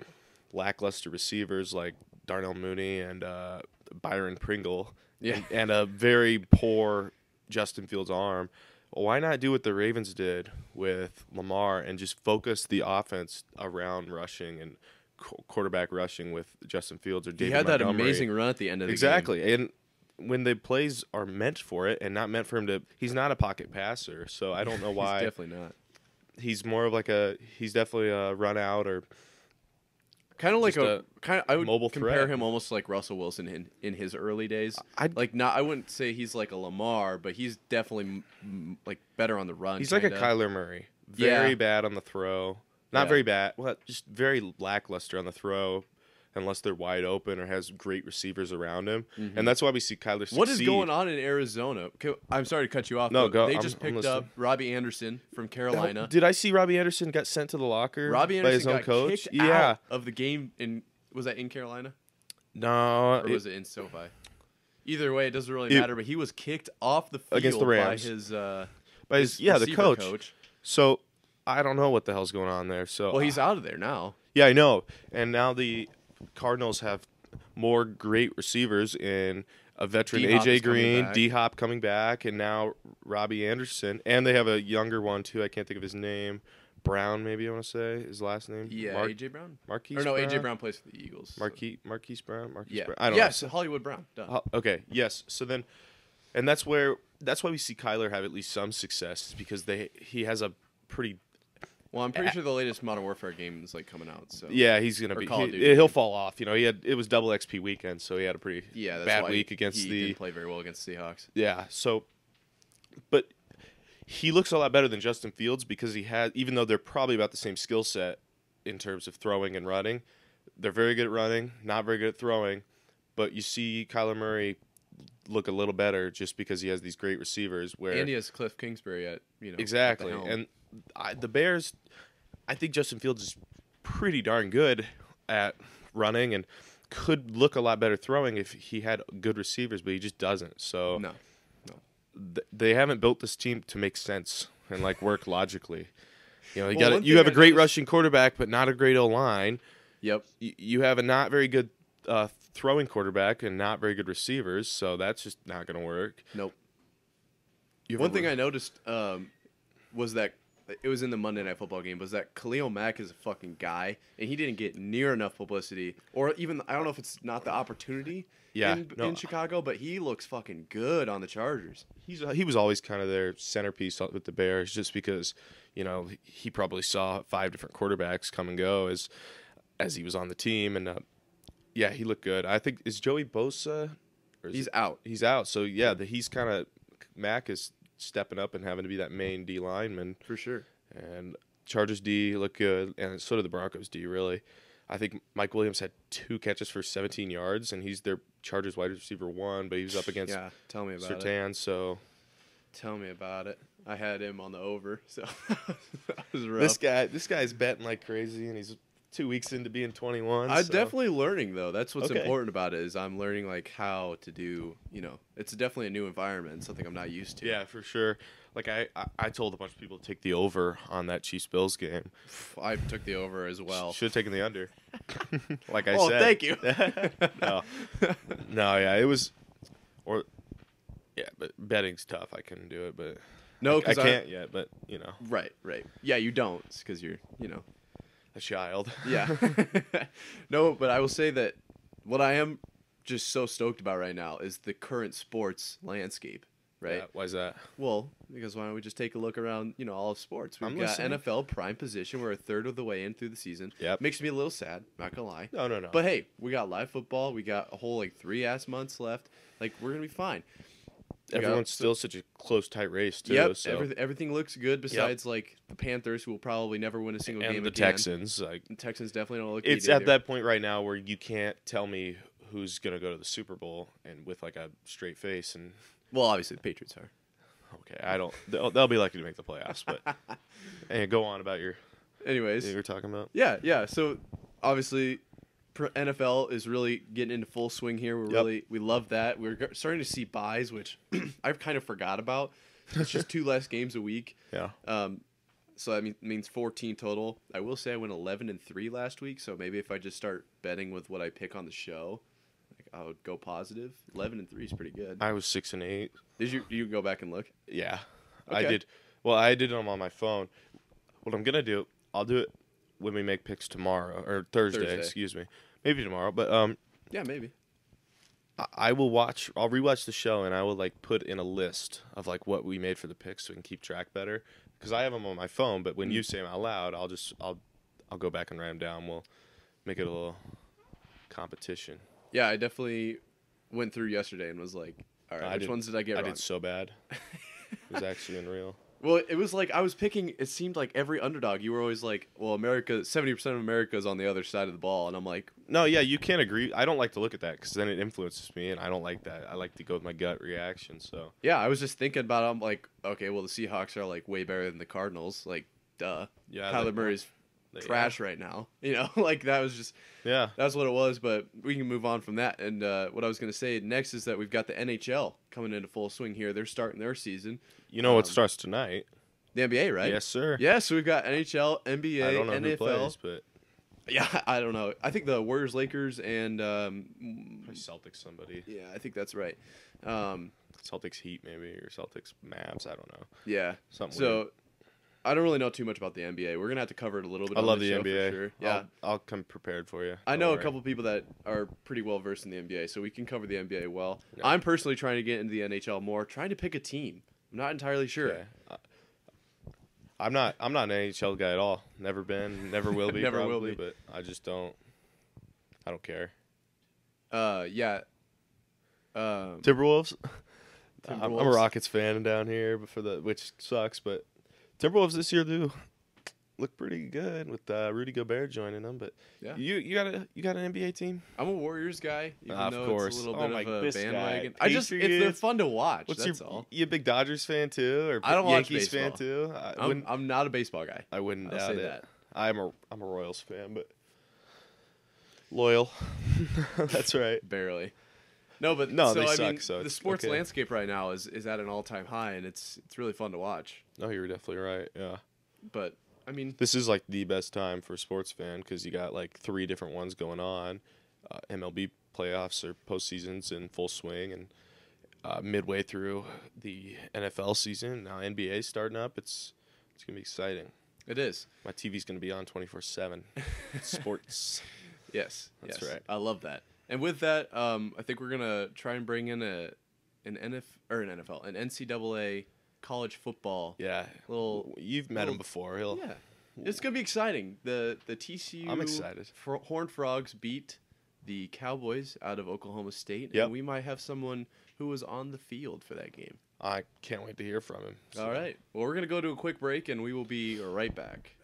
Speaker 2: lackluster receivers like Darnell Mooney and uh, Byron Pringle,
Speaker 1: Yeah.
Speaker 2: and, and a very poor Justin Fields arm. Why not do what the Ravens did with Lamar and just focus the offense around rushing and qu- quarterback rushing with Justin Fields or
Speaker 1: He
Speaker 2: David
Speaker 1: had that
Speaker 2: Montgomery.
Speaker 1: amazing run at the end of the game.
Speaker 2: Exactly. And when the plays are meant for it and not meant for him to he's not a pocket passer, so I don't know why
Speaker 1: He's definitely not.
Speaker 2: he's more of like a he's definitely a run out or
Speaker 1: Kind of like
Speaker 2: Just
Speaker 1: a, kind of I would
Speaker 2: mobile
Speaker 1: compare
Speaker 2: threat.
Speaker 1: him almost like Russell Wilson in in his early days.
Speaker 2: I'd-
Speaker 1: like not I wouldn't say he's like a Lamar, but he's definitely mm, like better on the run.
Speaker 2: he's like
Speaker 1: kinda.
Speaker 2: a Kyler Murray. Very
Speaker 1: Yeah.
Speaker 2: bad on the throw. Not
Speaker 1: Yeah.
Speaker 2: very bad. Well, just very lackluster on the throw, unless they're wide open or has great receivers around him. And that's why we see Kyler. Succeed.
Speaker 1: Mm-hmm. What is going on in Arizona? Co- I'm sorry to cut you off.
Speaker 2: No,
Speaker 1: but
Speaker 2: go-
Speaker 1: They
Speaker 2: I'm-
Speaker 1: just
Speaker 2: I'm
Speaker 1: picked
Speaker 2: listening.
Speaker 1: up Robbie Anderson from Carolina.
Speaker 2: Did I see Robbie Anderson got sent to the locker
Speaker 1: Robbie
Speaker 2: by
Speaker 1: Anderson
Speaker 2: his own
Speaker 1: got
Speaker 2: coach?
Speaker 1: kicked
Speaker 2: Yeah.
Speaker 1: out of the game in was that in Carolina
Speaker 2: No.
Speaker 1: or
Speaker 2: it-
Speaker 1: was it in SoFi? Either way, it doesn't really
Speaker 2: It-
Speaker 1: matter. But he was kicked off the field
Speaker 2: Against the Rams.
Speaker 1: by his uh,
Speaker 2: by his, yeah, the
Speaker 1: receiver
Speaker 2: coach. So I don't know what the hell's going on there. So
Speaker 1: Well, he's out of there now.
Speaker 2: Yeah, I know. And now the Cardinals have more great receivers in a veteran
Speaker 1: D-Hop is
Speaker 2: AJ
Speaker 1: coming
Speaker 2: Green,
Speaker 1: back.
Speaker 2: D Hop coming back, and now Robbie Anderson. And they have a younger one too. I can't think of his name. Brown, maybe I want to say his last name.
Speaker 1: Yeah,
Speaker 2: Mar-
Speaker 1: AJ Brown.
Speaker 2: Marquise.
Speaker 1: Or no, AJ
Speaker 2: Brown?
Speaker 1: Brown plays for the Eagles. so-
Speaker 2: Marquise, Marquise Brown. Marquise
Speaker 1: Yeah.
Speaker 2: Brown. I don't know.
Speaker 1: yes, Hollywood Brown. Duh.
Speaker 2: Ho- Okay. Yes. So then, and that's where that's why we see Kyler have at least some success is because they he has a pretty
Speaker 1: Well, I'm pretty sure the latest Modern Warfare game is like coming out. So
Speaker 2: Yeah, he's gonna be.
Speaker 1: Call of
Speaker 2: he,
Speaker 1: Duty.
Speaker 2: He'll fall off. You know, he had it was double XP weekend, so he had a pretty
Speaker 1: yeah, that's
Speaker 2: bad
Speaker 1: why
Speaker 2: week against
Speaker 1: he
Speaker 2: the
Speaker 1: didn't play very well against the Seahawks.
Speaker 2: yeah. So, but he looks a lot better than Justin Fields because he had even though they're probably about the same skill set in terms of throwing and running, they're very good at running, not very good at throwing. But you see Kyler Murray look a little better just because he has these great receivers. Where
Speaker 1: And he has Cliff Kingsbury at you know at the
Speaker 2: Exactly.
Speaker 1: helm.
Speaker 2: And I, the Bears, I think Justin Fields is pretty darn good at running and could look a lot better throwing if he had good receivers, but he just doesn't. So
Speaker 1: no,
Speaker 2: th- they haven't built this team to make sense and like work logically. You know, you
Speaker 1: Well,
Speaker 2: got
Speaker 1: one
Speaker 2: got you
Speaker 1: thing
Speaker 2: have
Speaker 1: I
Speaker 2: a great
Speaker 1: noticed-
Speaker 2: rushing quarterback, but not a great O line.
Speaker 1: yep.
Speaker 2: You, you have a not very good uh, throwing quarterback and not very good receivers, so that's just not going to work.
Speaker 1: Nope.
Speaker 2: You have
Speaker 1: One
Speaker 2: a
Speaker 1: thing
Speaker 2: re-
Speaker 1: I noticed um, was that it was in the Monday Night Football game was that Khalil Mack is a fucking guy, and he didn't get near enough publicity, or even I don't know if it's not the opportunity.
Speaker 2: Yeah,
Speaker 1: in,
Speaker 2: no.
Speaker 1: in Chicago, but he looks fucking good on the Chargers.
Speaker 2: he's uh, he was always kind of their centerpiece with the Bears, just because you know he probably saw five different quarterbacks come and go as as he was on the team, and uh, yeah, he looked good. I think is Joey Bosa, or is
Speaker 1: He's
Speaker 2: it-
Speaker 1: out.
Speaker 2: he's out. So yeah, the, he's kind of Mac is stepping up and having to be that main D lineman,
Speaker 1: For sure.
Speaker 2: and Chargers D look good, and so do the Broncos D really. I think Mike Williams had two catches for 17 yards, and he's their Chargers wide receiver one, but he was up against
Speaker 1: Yeah. Tell me about it.
Speaker 2: Sertan, so
Speaker 1: Tell me about it. I had him on the over, so that was rough.
Speaker 2: This guy, this guy's betting like crazy, and he's two weeks into being 21.
Speaker 1: I'm
Speaker 2: so-
Speaker 1: definitely learning though. That's what's
Speaker 2: Okay.
Speaker 1: important about it is I'm learning like how to do. You know, it's definitely a new environment, something I'm not used to.
Speaker 2: Yeah, for sure. Like I, I, I told a bunch of people to take the over on that Chiefs Bills game.
Speaker 1: I took the over as well.
Speaker 2: Should have taken the under. like I
Speaker 1: Oh,
Speaker 2: said.
Speaker 1: thank you.
Speaker 2: no, no, yeah, it was, or, yeah, but betting's tough. I couldn't do it, but
Speaker 1: No,
Speaker 2: I
Speaker 1: because
Speaker 2: can't yet. But you know,
Speaker 1: right, right. Yeah, you don't because you're, you know.
Speaker 2: a child.
Speaker 1: Yeah. no, but I will say that what I am just so stoked about right now is the current sports landscape. Right.
Speaker 2: Yeah, why's that?
Speaker 1: Well, because why don't we just take a look around, you know, all of sports? We've
Speaker 2: I'm
Speaker 1: got
Speaker 2: listening.
Speaker 1: NFL prime position. We're a third of the way in through the season.
Speaker 2: Yep.
Speaker 1: Makes me a little sad, not gonna lie.
Speaker 2: No, no, no.
Speaker 1: But hey, we got live football. We got a whole like three ass months left. Like we're gonna be fine. We got-
Speaker 2: everyone's still such a close, tight race too.
Speaker 1: Yep,
Speaker 2: so.
Speaker 1: everything, everything looks good besides like the Panthers, who will probably never win a single game
Speaker 2: and the
Speaker 1: again.
Speaker 2: Texans, like
Speaker 1: The Texans definitely don't look.
Speaker 2: it's
Speaker 1: good
Speaker 2: at
Speaker 1: either.
Speaker 2: that point right now where you can't tell me who's gonna go to the Super Bowl and with like a straight face and
Speaker 1: Well, obviously the Patriots are.
Speaker 2: okay, I don't. They'll, they'll be lucky to make the playoffs, but and go on about your
Speaker 1: Anyways,
Speaker 2: you were talking about.
Speaker 1: yeah, yeah. So obviously, pr- NFL is really getting into full swing here. We're really we love that. We're g- starting to see buys, which I've kind of forgot about. It's just two less games a week.
Speaker 2: Yeah,
Speaker 1: Um, so that mean, means 14 total. I will say I went 11 and 3 last week, so maybe if I just start betting with what I pick on the show, like I would go positive. 11 and 3 is pretty good.
Speaker 2: I was six and eight.
Speaker 1: Did you you go back and look?
Speaker 2: Yeah, I
Speaker 1: Okay.
Speaker 2: did. Well, I did them on my phone. What I'm gonna do, I'll do it when we make picks tomorrow or Thursday.
Speaker 1: Thursday.
Speaker 2: Excuse me, maybe tomorrow, but um.
Speaker 1: Yeah, maybe.
Speaker 2: I- I will watch. I'll rewatch the show, and I will like put in a list of like what we made for the picks, so we can keep track better. Because I have them on my phone, but when you
Speaker 1: Mm-hmm.
Speaker 2: say them out loud, I'll just I'll I'll go back and write them down. We'll make it a little competition.
Speaker 1: Yeah, I definitely went through yesterday and was like, all right,
Speaker 2: I
Speaker 1: which
Speaker 2: did-
Speaker 1: ones did I get
Speaker 2: I
Speaker 1: wrong?
Speaker 2: did so bad. it was actually unreal.
Speaker 1: Well, it was like I was picking. It seemed like every underdog. You were always like, "Well, America, seventy percent of America is on the other side of the ball," and I'm like,
Speaker 2: No, yeah, you can't agree. I don't like to look at that because then it influences me, and I don't like that. I like to go with my gut reaction. So
Speaker 1: "Yeah." I was just thinking about. It. I'm like, "Okay, well, the Seahawks are like way better than the Cardinals." Like, duh.
Speaker 2: yeah,
Speaker 1: Kyler
Speaker 2: like,
Speaker 1: Murray's
Speaker 2: they-
Speaker 1: trash right now. You know, like that was just
Speaker 2: Yeah,
Speaker 1: that's what it was. But we can move on from that. And uh, what I was gonna say next is that we've got the NHL coming into full swing here. They're starting their season.
Speaker 2: you know what
Speaker 1: Um,
Speaker 2: starts tonight?
Speaker 1: The NBA, right?
Speaker 2: Yes, sir.
Speaker 1: Yeah, so we've got NHL, NBA,
Speaker 2: I don't know
Speaker 1: NFL.
Speaker 2: who plays, but
Speaker 1: Yeah, I don't know. I think the Warriors, Lakers, and um,
Speaker 2: probably Celtics somebody.
Speaker 1: yeah, I think that's right. Um,
Speaker 2: Celtics Heat maybe or Celtics Maps. I don't know.
Speaker 1: yeah.
Speaker 2: Something.
Speaker 1: so
Speaker 2: weird.
Speaker 1: I don't really know too much about the NBA. We're gonna have to cover it a little bit.
Speaker 2: I
Speaker 1: on
Speaker 2: love
Speaker 1: this
Speaker 2: the
Speaker 1: show for
Speaker 2: NBA.
Speaker 1: Sure. Yeah.
Speaker 2: I'll, I'll come prepared for you.
Speaker 1: i
Speaker 2: Don't
Speaker 1: know a
Speaker 2: worry.
Speaker 1: couple people that are pretty well versed in the NBA, so we can cover the NBA well.
Speaker 2: Yeah.
Speaker 1: I'm personally trying to get into the NHL more, trying to pick a team. I'm not entirely sure.
Speaker 2: Okay. I- I'm not. I'm not an NHL guy at all. Never been. Never will be.
Speaker 1: Never will
Speaker 2: probably, But I just don't. I don't care.
Speaker 1: Uh, yeah. Um,
Speaker 2: Timberwolves. I'm, I'm a
Speaker 1: Timberwolves.
Speaker 2: Rockets fan down here, but for the which sucks. But Timberwolves this year do look pretty good with uh, Rudy Gobert joining them. But
Speaker 1: Yeah.
Speaker 2: you you got a you got an NBA team?
Speaker 1: I'm a Warriors guy, even
Speaker 2: Of
Speaker 1: though
Speaker 2: course.
Speaker 1: it's a little
Speaker 2: Oh
Speaker 1: bit
Speaker 2: my-
Speaker 1: of a
Speaker 2: this guy,
Speaker 1: bandwagon. I just it's, they're
Speaker 2: Patriots.
Speaker 1: fun to watch.
Speaker 2: What's
Speaker 1: that's
Speaker 2: your
Speaker 1: all.
Speaker 2: you a big Dodgers fan too, or
Speaker 1: I don't watch
Speaker 2: Yankees fan
Speaker 1: baseball.
Speaker 2: too? I
Speaker 1: I'm,
Speaker 2: wouldn't.
Speaker 1: I'm not a baseball guy.
Speaker 2: I wouldn't
Speaker 1: I'll
Speaker 2: doubt
Speaker 1: say
Speaker 2: it.
Speaker 1: that.
Speaker 2: I'm a I'm a Royals fan, but loyal. That's right.
Speaker 1: Barely. No, but so,
Speaker 2: No, they
Speaker 1: I
Speaker 2: suck,
Speaker 1: mean,
Speaker 2: so
Speaker 1: the
Speaker 2: it's
Speaker 1: sports
Speaker 2: okay.
Speaker 1: landscape right now is, is at an all time high, and it's it's really fun to watch.
Speaker 2: No, you're definitely right. Yeah.
Speaker 1: But I mean,
Speaker 2: this is like the best time for a sports fan because you got like three different ones going on. Uh, MLB playoffs or postseasons in full swing, and uh, midway through the NFL season now NBA starting up. It's it's gonna be exciting.
Speaker 1: it is.
Speaker 2: My TV's gonna be on twenty four seven. Sports.
Speaker 1: Yes,
Speaker 2: That's
Speaker 1: yes.
Speaker 2: right.
Speaker 1: I love that. And with that, um, I think we're gonna try and bring in a an NF or an NFL, an NCAA college football
Speaker 2: Yeah,
Speaker 1: little.
Speaker 2: you've met him
Speaker 1: Little-
Speaker 2: before. He'll
Speaker 1: Yeah, it's gonna be exciting. The the TCU
Speaker 2: I'm excited.
Speaker 1: Fro- Horned Frogs beat the Cowboys out of Oklahoma State,
Speaker 2: Yep.
Speaker 1: and we might have someone who was on the field for that game.
Speaker 2: I can't wait to hear from him.
Speaker 1: All right. Well, we're going to go to a quick break and we will be right back.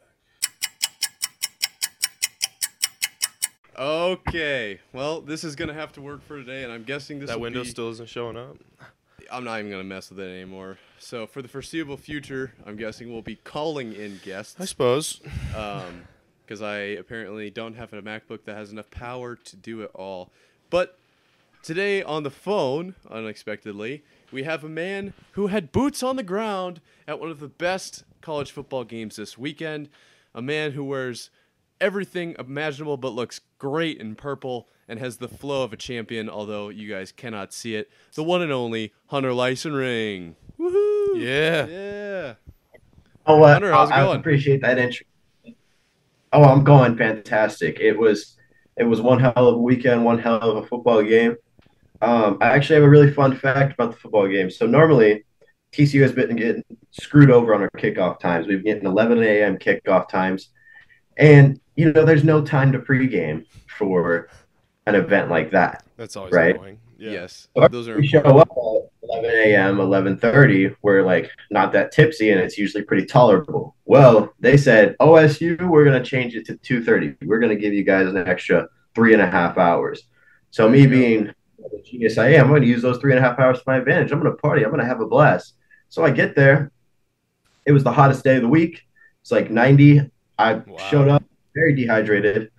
Speaker 1: Okay. Well, this is going to have to work for today, and I'm guessing this
Speaker 2: That
Speaker 1: will
Speaker 2: window
Speaker 1: be-
Speaker 2: still isn't showing up.
Speaker 1: I'm not even going to mess with it anymore. So, for the foreseeable future, I'm guessing we'll be calling in
Speaker 2: I
Speaker 1: guests
Speaker 2: suppose.
Speaker 1: um, because I apparently don't have a MacBook that has enough power to do it all. But today on the phone, unexpectedly, we have a man who had boots on the ground at one of the best college football games this weekend. A man who wears everything imaginable but looks great in purple and has the flow of a champion, although you guys cannot see it. The one and only Hunter Lysenring. Woohoo!
Speaker 2: Yeah.
Speaker 1: Yeah.
Speaker 3: Oh, uh,
Speaker 1: Hunter, how's it
Speaker 3: I
Speaker 1: going?
Speaker 3: appreciate that intro. Oh, I'm going fantastic. It was it was one hell of a weekend, one hell of a football game. Um, I actually have a really fun fact about the football game. So normally, TCU has been getting screwed over on our kickoff times. We've been getting 11 a.m. kickoff times, and you know there's no time to pregame for an event like that.
Speaker 2: That's always
Speaker 3: Right.
Speaker 2: annoying. Yeah.
Speaker 1: Yes.
Speaker 3: Or
Speaker 1: Those are
Speaker 3: we show up at 11 a.m 11.30 we're like not that tipsy and it's usually pretty tolerable well they said osu we're going to change it to 2.30 we're going to give you guys an extra three and a half hours so me being the genius i am i'm going to use those three and a half hours to my advantage i'm going to party i'm going to have a blast so i get there it was the hottest day of the week it's like 90 i
Speaker 2: Wow.
Speaker 3: showed up very dehydrated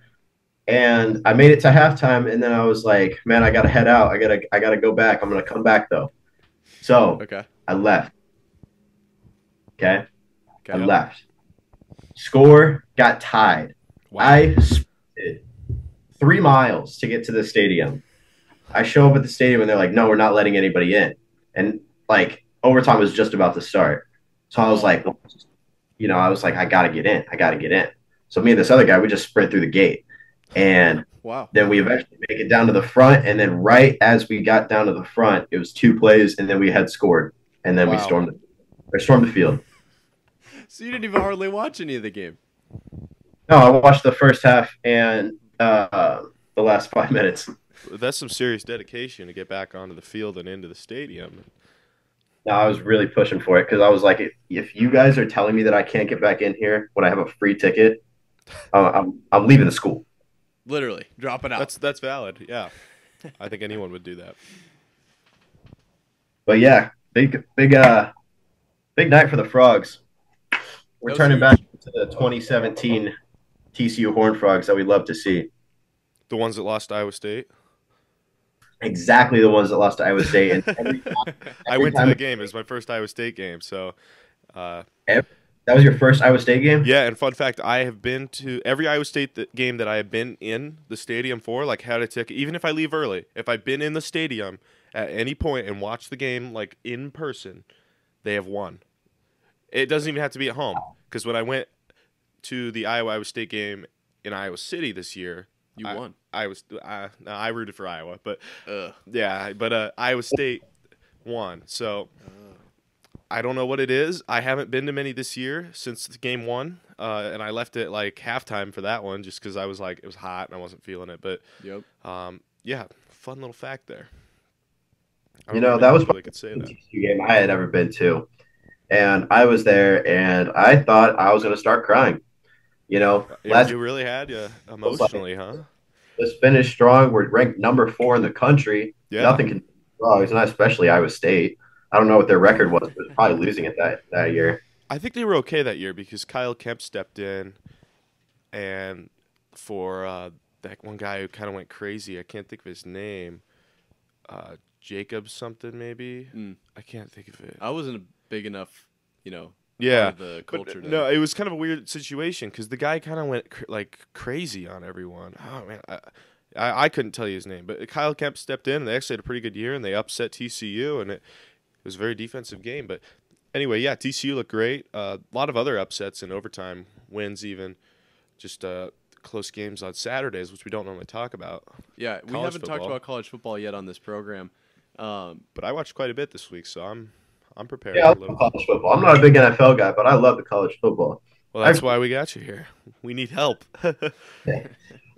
Speaker 3: and I made it to halftime, and then I was like, "Man, I gotta head out. I gotta, I gotta go back. I'm gonna come back though." So
Speaker 1: Okay.
Speaker 3: I left. Okay, I
Speaker 1: Okay.
Speaker 3: left. Score got tied.
Speaker 2: Wow.
Speaker 3: I sprinted three miles to get to the stadium. I show up at the stadium, and they're like, "No, we're not letting anybody in." And like overtime was just about to start, so I was like, well, you know, I was like, "I gotta get in. I gotta get in." So me and this other guy, we just sprint through the gate, and
Speaker 1: Wow.
Speaker 3: then we eventually make it down to the front, and then right as we got down to the front, it was two plays, and then we had scored, and then we
Speaker 2: Wow.
Speaker 3: stormed the, or stormed the field.
Speaker 1: So you didn't even hardly watch any of the game.
Speaker 3: No, I watched the first half and uh, the last five minutes.
Speaker 2: That's some serious dedication to get back onto the field and into the stadium.
Speaker 3: No, I was really pushing for it because I was like, if, if you guys are telling me that I can't get back in here when I have a free ticket, uh, I'm, I'm leaving the school.
Speaker 4: Literally dropping
Speaker 1: Ah.
Speaker 4: out.
Speaker 2: That's that's valid. Yeah, I think anyone would do that.
Speaker 3: But yeah, big big uh big night for the frogs. We're
Speaker 4: Those
Speaker 3: turning
Speaker 4: are-
Speaker 3: back to the 2017 TCU Horn Frogs that we love to see.
Speaker 2: The ones that lost Iowa State.
Speaker 3: Exactly the ones that lost to Iowa State, and every,
Speaker 2: I went to
Speaker 3: time-
Speaker 2: the game. It was my first Iowa State game. So, uh,
Speaker 3: that was your first Iowa State game.
Speaker 2: yeah. And fun fact, I have been to every Iowa State th- game that I have been in the stadium for. Like, had a ticket. Even if I leave early, if I've been in the stadium at any point and watched the game like in person, they have won. It doesn't even have to be at home because when I went to the Iowa Iowa State game in Iowa City this year,
Speaker 4: you
Speaker 2: I-
Speaker 4: won.
Speaker 2: I was I, no, I rooted for Iowa, but
Speaker 4: Ugh.
Speaker 2: Yeah, but uh, Iowa State won. So I don't know what it is. I haven't been to many this year since the game one, uh, and I left it like halftime for that one just because I was like it was hot and I wasn't feeling it. But
Speaker 4: Yep.
Speaker 2: um, yeah, fun little fact there. I
Speaker 3: You
Speaker 2: don't
Speaker 3: know, that was
Speaker 2: really could say that.
Speaker 3: TCU game I had ever been to, and I was there, and I thought I was gonna start crying. You know,
Speaker 2: Yeah,
Speaker 3: last
Speaker 2: you really had you
Speaker 3: was like-
Speaker 2: emotionally, huh?
Speaker 3: let's finish strong. We're ranked number four in the country.
Speaker 2: Yeah,
Speaker 3: Nothing can frogs, not especially Iowa State. I don't know what their record was, but probably losing it that, that year.
Speaker 2: I think they were okay that year because Kyle Kemp stepped in, and for uh, that one guy who kind of went crazy, I can't think of his name, uh, Jacob something maybe.
Speaker 4: Mm.
Speaker 2: I can't think of it.
Speaker 4: I wasn't a big enough, you know,
Speaker 2: yeah,
Speaker 4: part of the
Speaker 2: but, uh,
Speaker 4: culture. to-
Speaker 2: no, it was kind of a weird situation because the guy kind of went cr- like crazy on everyone. Oh man, I, I I couldn't tell you his name, but Kyle Kemp stepped in. and They actually had a pretty good year and they upset TCU, and it, it was a very defensive game. But anyway, yeah, TCU looked great. Uh, A lot of other upsets and overtime wins, even just uh, close games on Saturdays, which we don't normally talk about.
Speaker 4: Yeah, we
Speaker 2: college
Speaker 4: haven't talked
Speaker 2: football.
Speaker 4: about college football yet on this program. Um,
Speaker 2: But I watched quite a bit this week, so I'm I'm prepared
Speaker 3: Yeah, I
Speaker 2: a
Speaker 3: love
Speaker 2: little.
Speaker 3: college football. I'm not a big NFL guy, but I love the college football.
Speaker 2: Well, that's why we got you here. We need help.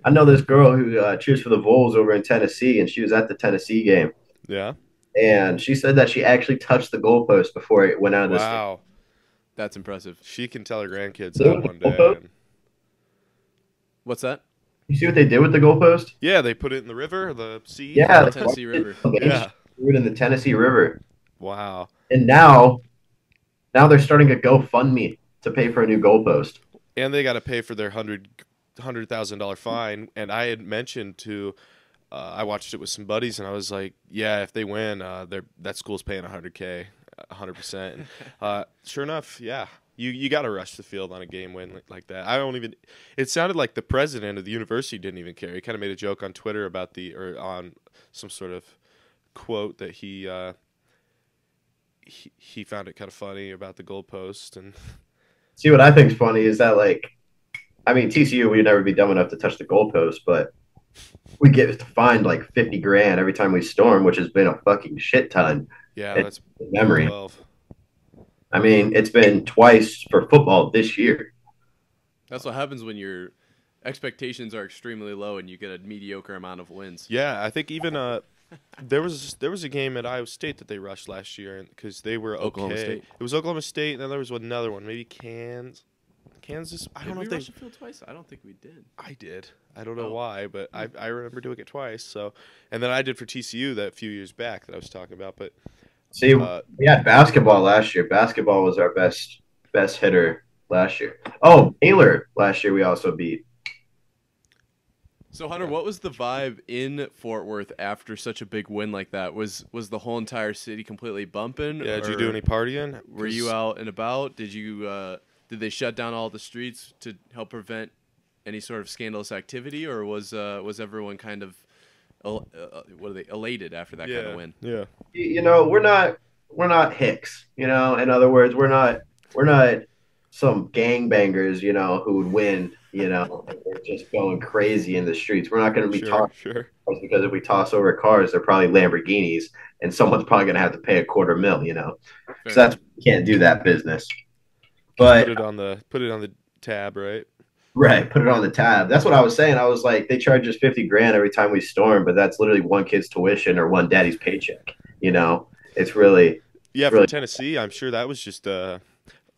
Speaker 3: I know this girl who uh, cheers for the Vols over in Tennessee, and she was at the Tennessee game,
Speaker 2: yeah.
Speaker 3: and she said that she actually touched the goalpost before it went out of the stand.
Speaker 2: Wow.
Speaker 4: that's impressive.
Speaker 2: She can tell her grandkids
Speaker 3: Yeah.
Speaker 2: that one day. and-
Speaker 4: What's that?
Speaker 3: You see what they did with the goalpost?
Speaker 2: yeah, they put it in the river, the sea.
Speaker 3: Yeah, that's
Speaker 4: Tennessee River.
Speaker 3: They
Speaker 2: Yeah.
Speaker 3: threw it in the Tennessee River,
Speaker 2: Wow.
Speaker 3: and now, now they're starting a GoFundMe to pay for a new goalpost.
Speaker 2: And they got to pay for their hundred hundred thousand dollar fine. And I had mentioned to, uh, I watched it with some buddies, and I was like, yeah, if they win, uh, they're that school's paying hundred k, hundred percent. Uh, sure enough, yeah. You, you got to rush the field on a game win li- like that. I don't even. It sounded like the president of the university didn't even care. He kind of made a joke on Twitter about the or on some sort of quote that he uh, he, he found it kind of funny about the goalpost and
Speaker 3: See, what I think's funny is that, like, I mean, TCU, we'd never be dumb enough to touch the goalpost, but we get fined like 50 grand every time we storm, which has been a fucking shit ton
Speaker 2: yeah,
Speaker 3: It-
Speaker 2: that's
Speaker 3: in memory.
Speaker 2: 12.
Speaker 3: I mean, it's been twice for football this year.
Speaker 4: That's what happens when your expectations are extremely low and you get a mediocre amount of wins.
Speaker 2: Yeah, I think even uh, there was there was a game at Iowa State that they rushed last year because they were okay.
Speaker 4: Oklahoma State.
Speaker 2: It was Oklahoma State, and then there was another one, maybe Kansas. Kansas. I
Speaker 4: Did
Speaker 2: don't know
Speaker 4: we
Speaker 2: if they.
Speaker 4: rush the field twice? I don't think we did.
Speaker 2: I did. I don't know
Speaker 4: Oh.
Speaker 2: why, but I, I remember doing it twice. So, and then I did for TCU that few years back that I was talking about. But
Speaker 3: See,
Speaker 2: uh,
Speaker 3: we had basketball last year. Basketball was our best best hitter last year. Oh, Baylor last year we also beat.
Speaker 4: So Hunter, what was the vibe in Fort Worth after such a big win like that? Was was the whole entire city completely bumping?
Speaker 2: yeah, did you
Speaker 4: or
Speaker 2: do any partying?
Speaker 4: Were you
Speaker 2: 'Cause
Speaker 4: out and about? Did you uh, did they shut down all the streets to help prevent any sort of scandalous activity, or was uh, was everyone kind of el- uh, what are they elated after that kind
Speaker 2: Yeah.
Speaker 4: of win?
Speaker 2: Yeah.
Speaker 3: Y- You know, we're not we're not hicks. You know, in other words, we're not we're not some gangbangers. You know, who would win. You know, and we're just going crazy in the streets. We're not going to be
Speaker 2: Sure.
Speaker 3: tossed
Speaker 2: Sure.
Speaker 3: because if we toss over cars, they're probably Lamborghinis, and someone's probably going to have to pay a quarter mil. You know,
Speaker 4: Fair
Speaker 3: so that's we can't do that business. But
Speaker 2: Put it on the put it on the tab, right?
Speaker 3: Right, put it on the tab. That's what I was saying. I was like, they charge us fifty grand every time we storm, but that's literally one kid's tuition or one daddy's paycheck. You know, it's really
Speaker 2: yeah, for
Speaker 3: Really?
Speaker 2: Tennessee, I'm sure that was just a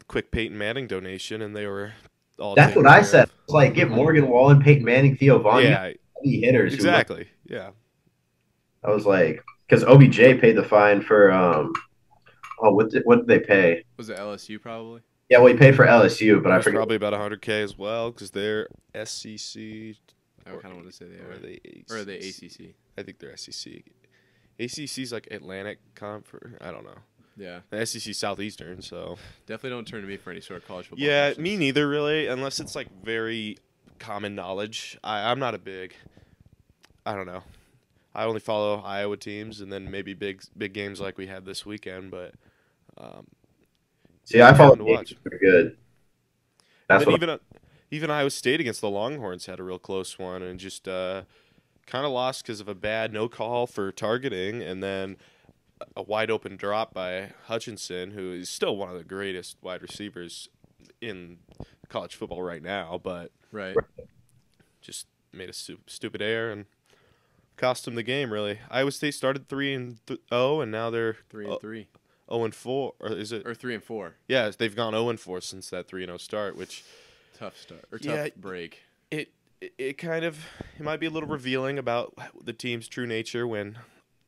Speaker 2: quick Peyton Manning donation, and they were all.
Speaker 3: That's
Speaker 2: taken
Speaker 3: what I
Speaker 2: care
Speaker 3: said.
Speaker 2: of.
Speaker 3: It's like give Morgan Wallen, Peyton Manning, Theo Vaughn, yeah,
Speaker 2: Yeah,
Speaker 3: hitters. who look
Speaker 2: exactly. Yeah,
Speaker 3: I was like, because OBJ paid the fine for um, oh, what did, what did they pay?
Speaker 1: Was it LSU probably?
Speaker 3: Yeah, well, he paid for LSU, but I
Speaker 2: that's
Speaker 3: forget.
Speaker 2: probably about 100k as well because they're SEC
Speaker 1: I
Speaker 2: Or-
Speaker 1: kind of want to say they
Speaker 2: or are
Speaker 1: are.
Speaker 2: they ACC?
Speaker 1: Or are they ACC?
Speaker 2: I think they're E SEC. ACC's like Atlantic Conference. I don't know.
Speaker 1: Yeah,
Speaker 2: The SEC Southeastern. So
Speaker 1: definitely don't turn to me for any sort of college football.
Speaker 2: yeah,
Speaker 1: questions.
Speaker 2: me neither really, unless it's like very common knowledge. I, I'm not a big. I don't know. I only follow Iowa teams, and then maybe big big games like we had this weekend. But um,
Speaker 3: See, I follow
Speaker 2: to
Speaker 3: games
Speaker 2: watch.
Speaker 3: pretty good. That's
Speaker 2: but
Speaker 3: what.
Speaker 2: even even Iowa State against the Longhorns had a real close one and just uh, kind of lost because of a bad no call for targeting and then a wide open drop by Hutchinson, who is still one of the greatest wide receivers in college football right now, but
Speaker 1: Right.
Speaker 2: just made a stu- stupid error and cost him the game. Really, Iowa State started three and th- zero, and now they're
Speaker 1: Three and three,
Speaker 2: zero and four, or is it?
Speaker 1: or three and four.
Speaker 2: Yeah, they've gone zero and four since that three and zero start, which
Speaker 1: Tough start or tough
Speaker 2: Yeah.
Speaker 1: break.
Speaker 2: it it- it kind of it might be a little revealing about the team's true nature when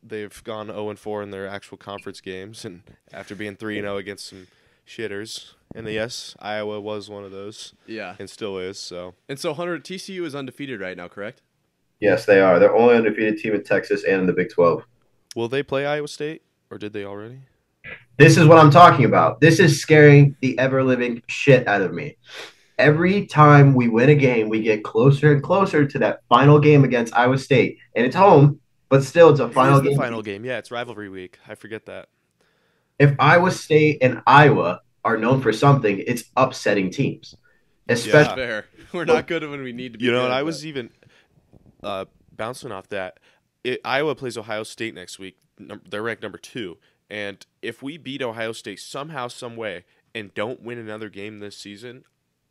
Speaker 2: they've gone 0 and 4 in their actual conference games and after being 3 and 0 against some shitters. And yes, Iowa was one of those
Speaker 1: Yeah.
Speaker 2: and still is, so
Speaker 1: And so Hunter, TCU is undefeated right now, correct?
Speaker 3: Yes, they are. They're only undefeated team in Texas and in the Big Twelve.
Speaker 2: will they play Iowa State or did they already?
Speaker 3: This is what I'm talking about. This is scaring the ever living shit out of me. Every time we win a game, we get closer and closer to that final game against Iowa State, and it's home, but still, it's a final
Speaker 2: It is
Speaker 3: game.
Speaker 2: the final game. Yeah, it's rivalry week. I forget that.
Speaker 3: if Iowa State and Iowa are known for something, it's upsetting teams. Especially,
Speaker 1: Fair. We're not good when we need to be.
Speaker 2: You know,
Speaker 1: good,
Speaker 2: and I
Speaker 1: but-
Speaker 2: was even uh, bouncing off that. It, Iowa plays Ohio State next week. Num- they're ranked number two, and if we beat Ohio State somehow, some way, and don't win another game this season,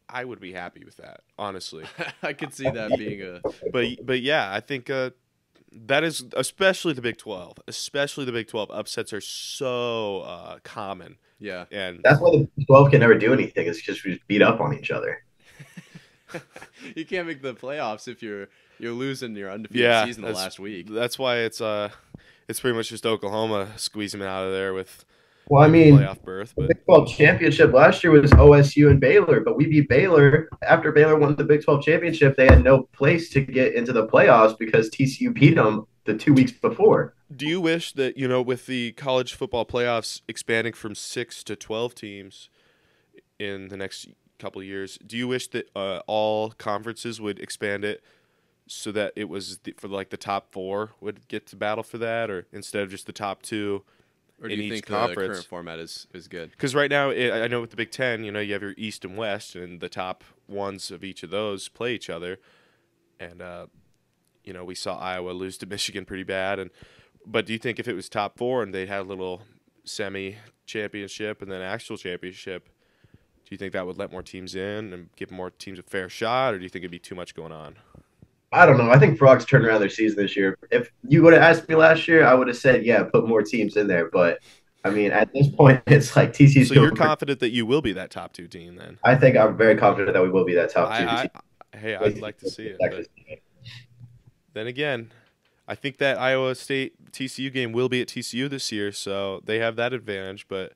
Speaker 2: I would be happy with that, honestly.
Speaker 1: I could see that being a
Speaker 2: but but yeah, I think uh, that is especially the Big Twelve. Especially the Big Twelve upsets are so uh, common,
Speaker 1: yeah.
Speaker 2: and
Speaker 3: that's why the Big 12 can never do anything. It's just we just beat up on each other.
Speaker 1: you can't make the playoffs if you're you're losing your undefeated
Speaker 2: Yeah,
Speaker 1: season the
Speaker 2: that's-
Speaker 1: last week.
Speaker 2: that's why it's uh, it's pretty much just Oklahoma squeezing them out of there with
Speaker 3: Well, I mean,
Speaker 2: playoff berth,
Speaker 3: the
Speaker 2: but.
Speaker 3: Big 12 championship last year was OSU and Baylor, but we beat Baylor. After Baylor won the Big 12 championship, they had no place to get into the playoffs because TCU beat them the two weeks before.
Speaker 2: Do you wish that you know with the college football playoffs expanding from six to twelve teams in the next couple of years? Do you wish that uh, all conferences would expand it so that it was the, for like the top four would get to battle for that, or instead of just the top two?
Speaker 1: Or do
Speaker 2: in
Speaker 1: you
Speaker 2: each
Speaker 1: think the
Speaker 2: conference.
Speaker 1: current format is is good?
Speaker 2: Because right now, it, I know with the Big Ten, you know you have your East and West, and the top ones of each of those play each other, and uh, you know we saw Iowa lose to Michigan pretty bad. And but do you think if it was top four and they had a little semi championship and then actual championship, do you think that would let more teams in and give more teams a fair shot, or do you think it'd be too much going on?
Speaker 3: I don't know. I think Frogs turned around their season this year. If you would have asked me last year, I would have said, yeah, put more teams in there. But, I mean, at this point, it's like TCU's
Speaker 2: So you're
Speaker 3: doing pretty
Speaker 2: confident that you will be that top two team then?
Speaker 3: I think I'm very confident that we will be that top two.
Speaker 2: I, I, hey, I'd like to see it. but- Then again, I think that Iowa State TCU game will be at TCU this year, so they have that advantage. But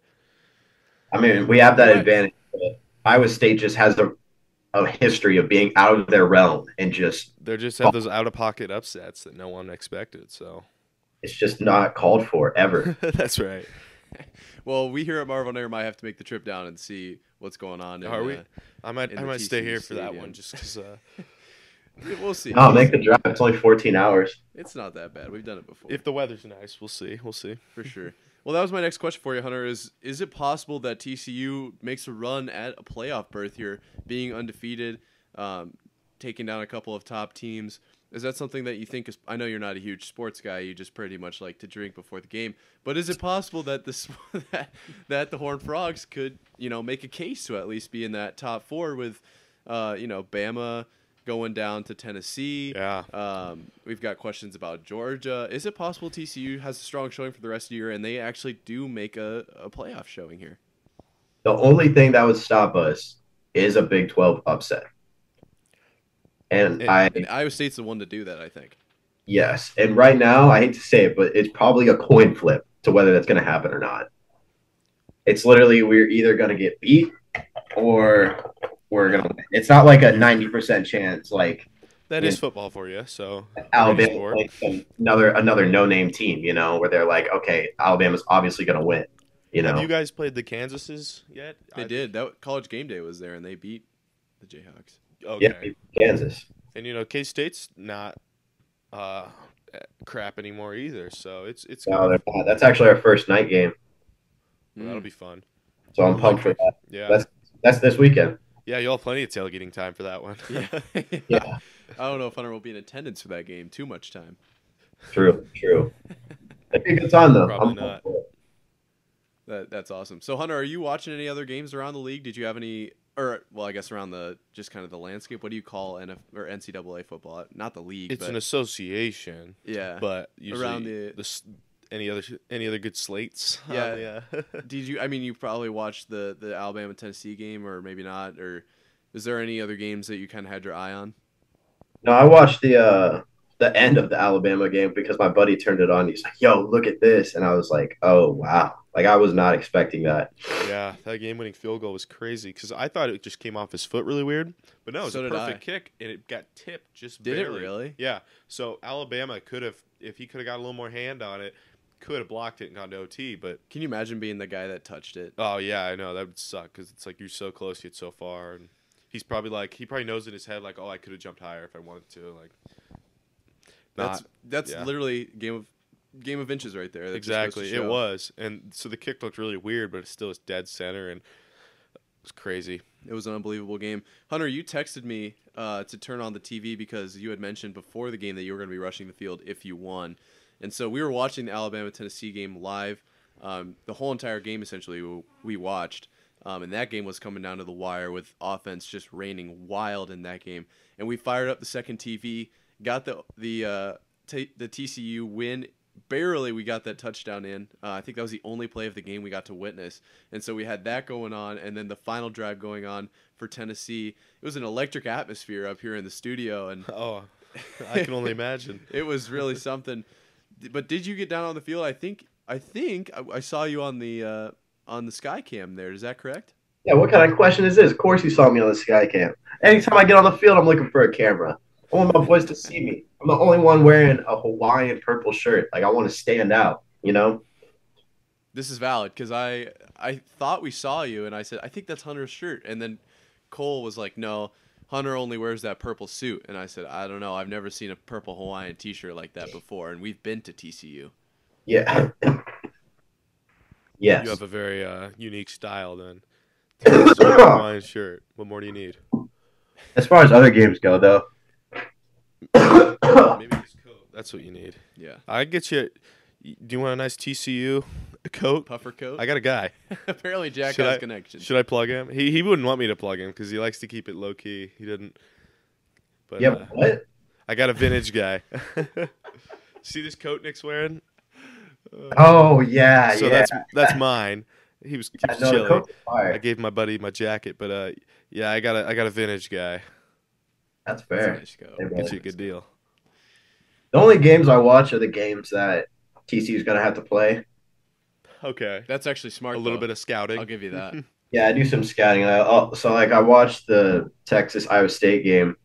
Speaker 3: I mean, we have that
Speaker 2: Right.
Speaker 3: advantage. but Iowa State just has a, a history of being out of their realm and just
Speaker 2: they just have those out of pocket upsets that no one expected. So
Speaker 3: it's just not called for ever.
Speaker 2: that's right.
Speaker 1: Well, we here at Marvel Air might have to make the trip down and see what's going on. in,
Speaker 2: Are we?
Speaker 1: uh,
Speaker 2: I might
Speaker 1: In
Speaker 2: I
Speaker 1: the
Speaker 2: might stay
Speaker 1: TCU
Speaker 2: here for that
Speaker 1: stadium.
Speaker 2: one just because. Uh,
Speaker 1: uh, we'll see.
Speaker 3: no, make the drive. It's only 14 hours.
Speaker 1: It's not that bad. We've done it before,
Speaker 2: if the weather's nice, we'll see. We'll see.
Speaker 1: for sure. Well, that was my next question for you, Hunter. Is is it possible that TCU makes a run at a playoff berth here, being undefeated, um, taking down a couple of top teams? Is that something that you think is? I know you're not a huge sports guy. You just pretty much like to drink before the game. But is it possible that this that, that the Horned Frogs could you know make a case to at least be in that top four with, uh, you know, Bama, going down to Tennessee.
Speaker 2: Yeah.
Speaker 1: Um, we've got questions about Georgia. Is it possible TCU has a strong showing for the rest of the year and they actually do make a, a playoff showing here?
Speaker 3: The only thing that would stop us is a Big 12 upset. And,
Speaker 2: And-
Speaker 3: I,
Speaker 1: And Iowa State's the one to do that, I think.
Speaker 3: yes. And right now, I hate to say it, but it's probably a coin flip to whether that's going to happen or not. It's literally we're either going to get beat or we're going to win. It's not like a 90% chance, like
Speaker 2: That is
Speaker 3: Yeah.
Speaker 2: football for you. So
Speaker 3: Alabama
Speaker 2: score.
Speaker 3: plays some- another another no name team, you know, where they're like, okay, Alabama's obviously going to win, you know.
Speaker 2: have you guys played the Kansases yet?
Speaker 1: They
Speaker 2: I-
Speaker 1: did. That college game day was there and they beat the Jayhawks.
Speaker 2: Okay.
Speaker 3: yeah, Kansas.
Speaker 2: And you know, K State's not uh, crap anymore either. So it's it's good.
Speaker 3: No, they're not. That's actually our first night game,
Speaker 2: that'll be fun.
Speaker 3: so I'm pumped for that.
Speaker 2: Yeah.
Speaker 3: That's that's this weekend.
Speaker 2: yeah, you'll have plenty of tailgating time for that one.
Speaker 1: Yeah.
Speaker 3: Yeah.
Speaker 1: I don't know if Hunter will be in attendance for that game. Too much time.
Speaker 3: True, true. I think it's on though.
Speaker 2: Probably
Speaker 3: I'm
Speaker 2: not.
Speaker 3: pumped for it.
Speaker 1: That that's awesome. So Hunter, are you watching any other games around the league? Did you have any, or well, I guess around the just kind of the landscape. What do you call NF or NCAA football? Not the league,
Speaker 2: it's
Speaker 1: but
Speaker 2: an association,
Speaker 1: yeah.
Speaker 2: but usually
Speaker 1: Around
Speaker 2: around
Speaker 1: the-
Speaker 2: the, s any other any other good slates. on
Speaker 1: Yeah.
Speaker 2: the, uh,
Speaker 1: Did you? I mean, you probably watched the the Alabama Tennessee game, or maybe not. Or is there any other games that you kind of had your eye on?
Speaker 3: No, I watched the uh the end of the Alabama game because my buddy turned it on. He's like, "Yo, look at this," and I was like, "Oh wow!" Like I was not expecting that.
Speaker 2: yeah, that game-winning field goal was crazy because I thought it just came off his foot really weird, but no, it was
Speaker 1: So
Speaker 2: a
Speaker 1: did
Speaker 2: perfect
Speaker 1: I.
Speaker 2: kick and it got tipped just.
Speaker 1: Did it
Speaker 2: barely.
Speaker 1: really?
Speaker 2: Yeah. So Alabama could have, if he could have got a little more hand on it, could have blocked it and gone to OT. But
Speaker 1: Can you imagine being the guy that touched it?
Speaker 2: oh yeah, I know that would suck because it's like you're so close yet so far, and he's probably like he probably knows in his head like, oh, I could have jumped higher if I wanted to. Like,
Speaker 1: That's that's
Speaker 2: yeah.
Speaker 1: literally game of game of inches right there. That just goes to
Speaker 2: exactly it
Speaker 1: show.
Speaker 2: was, and so the kick looked really weird, but it still is dead center and. It's crazy.
Speaker 1: It was an unbelievable game. Hunter, you texted me uh, to turn on the TV because you had mentioned before the game that you were going to be rushing the field if you won. And so we were watching the Alabama Tennessee game live. Um, the whole entire game, essentially, we- we watched. Um, and that game was coming down to the wire with offense just raining wild in that game. And we fired up the second TV, got the the uh, t- the TCU win. Barely we got that touchdown in. Uh, I think that was the only play of the game we got to witness. And so we had that going on, and then the final drive going on for Tennessee. It was an electric atmosphere up here in the studio, and
Speaker 2: Oh, I can only imagine.
Speaker 1: it was really something. But did you get down on the field? I think I think I, I saw you on the uh, on the sky cam there. Is that correct?
Speaker 3: Yeah, what kind of question is this? Of course, you saw me on the sky cam. Anytime I get on the field, I'm looking for a camera. I want my boys to see me. I'm the only one wearing a Hawaiian purple shirt. Like I want to stand out, you know.
Speaker 1: This is valid because I I thought we saw you, and I said I think that's Hunter's shirt, and then Cole was like, no. Hunter only wears that purple suit, and I said, "I don't know. I've never seen a purple Hawaiian T-shirt like that before." And we've been to TCU.
Speaker 3: Yeah. yes.
Speaker 2: You have a very uh, unique style then. Hawaiian shirt. What more do you need?
Speaker 3: as far as other games go, though.
Speaker 2: Maybe this coat. That's what you need.
Speaker 1: Yeah,
Speaker 2: I get you. Do you want a nice TCU coat?
Speaker 1: puffer coat.
Speaker 2: I got a guy.
Speaker 1: Apparently, Jack
Speaker 2: Should
Speaker 1: has
Speaker 2: I-
Speaker 1: connections.
Speaker 2: Should I plug him? He he wouldn't want me to plug him because he likes to keep it low key. He didn't. But
Speaker 3: yeah.
Speaker 2: uh,
Speaker 3: but What?
Speaker 2: I got a vintage guy. See this coat Nick's wearing?
Speaker 3: Oh yeah.
Speaker 2: so
Speaker 3: yeah.
Speaker 2: that's that's mine. He was, he
Speaker 3: I
Speaker 2: was
Speaker 3: know the
Speaker 2: chilly.
Speaker 3: coach is fire.
Speaker 2: I gave my buddy my jacket, but uh, yeah, I got a I got a vintage guy.
Speaker 1: That's
Speaker 3: That's
Speaker 1: a
Speaker 3: fair.
Speaker 1: nice coat.
Speaker 3: Hey, bro.
Speaker 2: Get you a good deal.
Speaker 3: The only games I watch are the games that TCU's gonna have to play.
Speaker 2: Okay.
Speaker 1: That's actually smart.
Speaker 2: A little
Speaker 1: though.
Speaker 2: bit of scouting.
Speaker 1: I'll give you that.
Speaker 3: Yeah, I do some scouting. I, oh, so like I watched the Texas Iowa State game,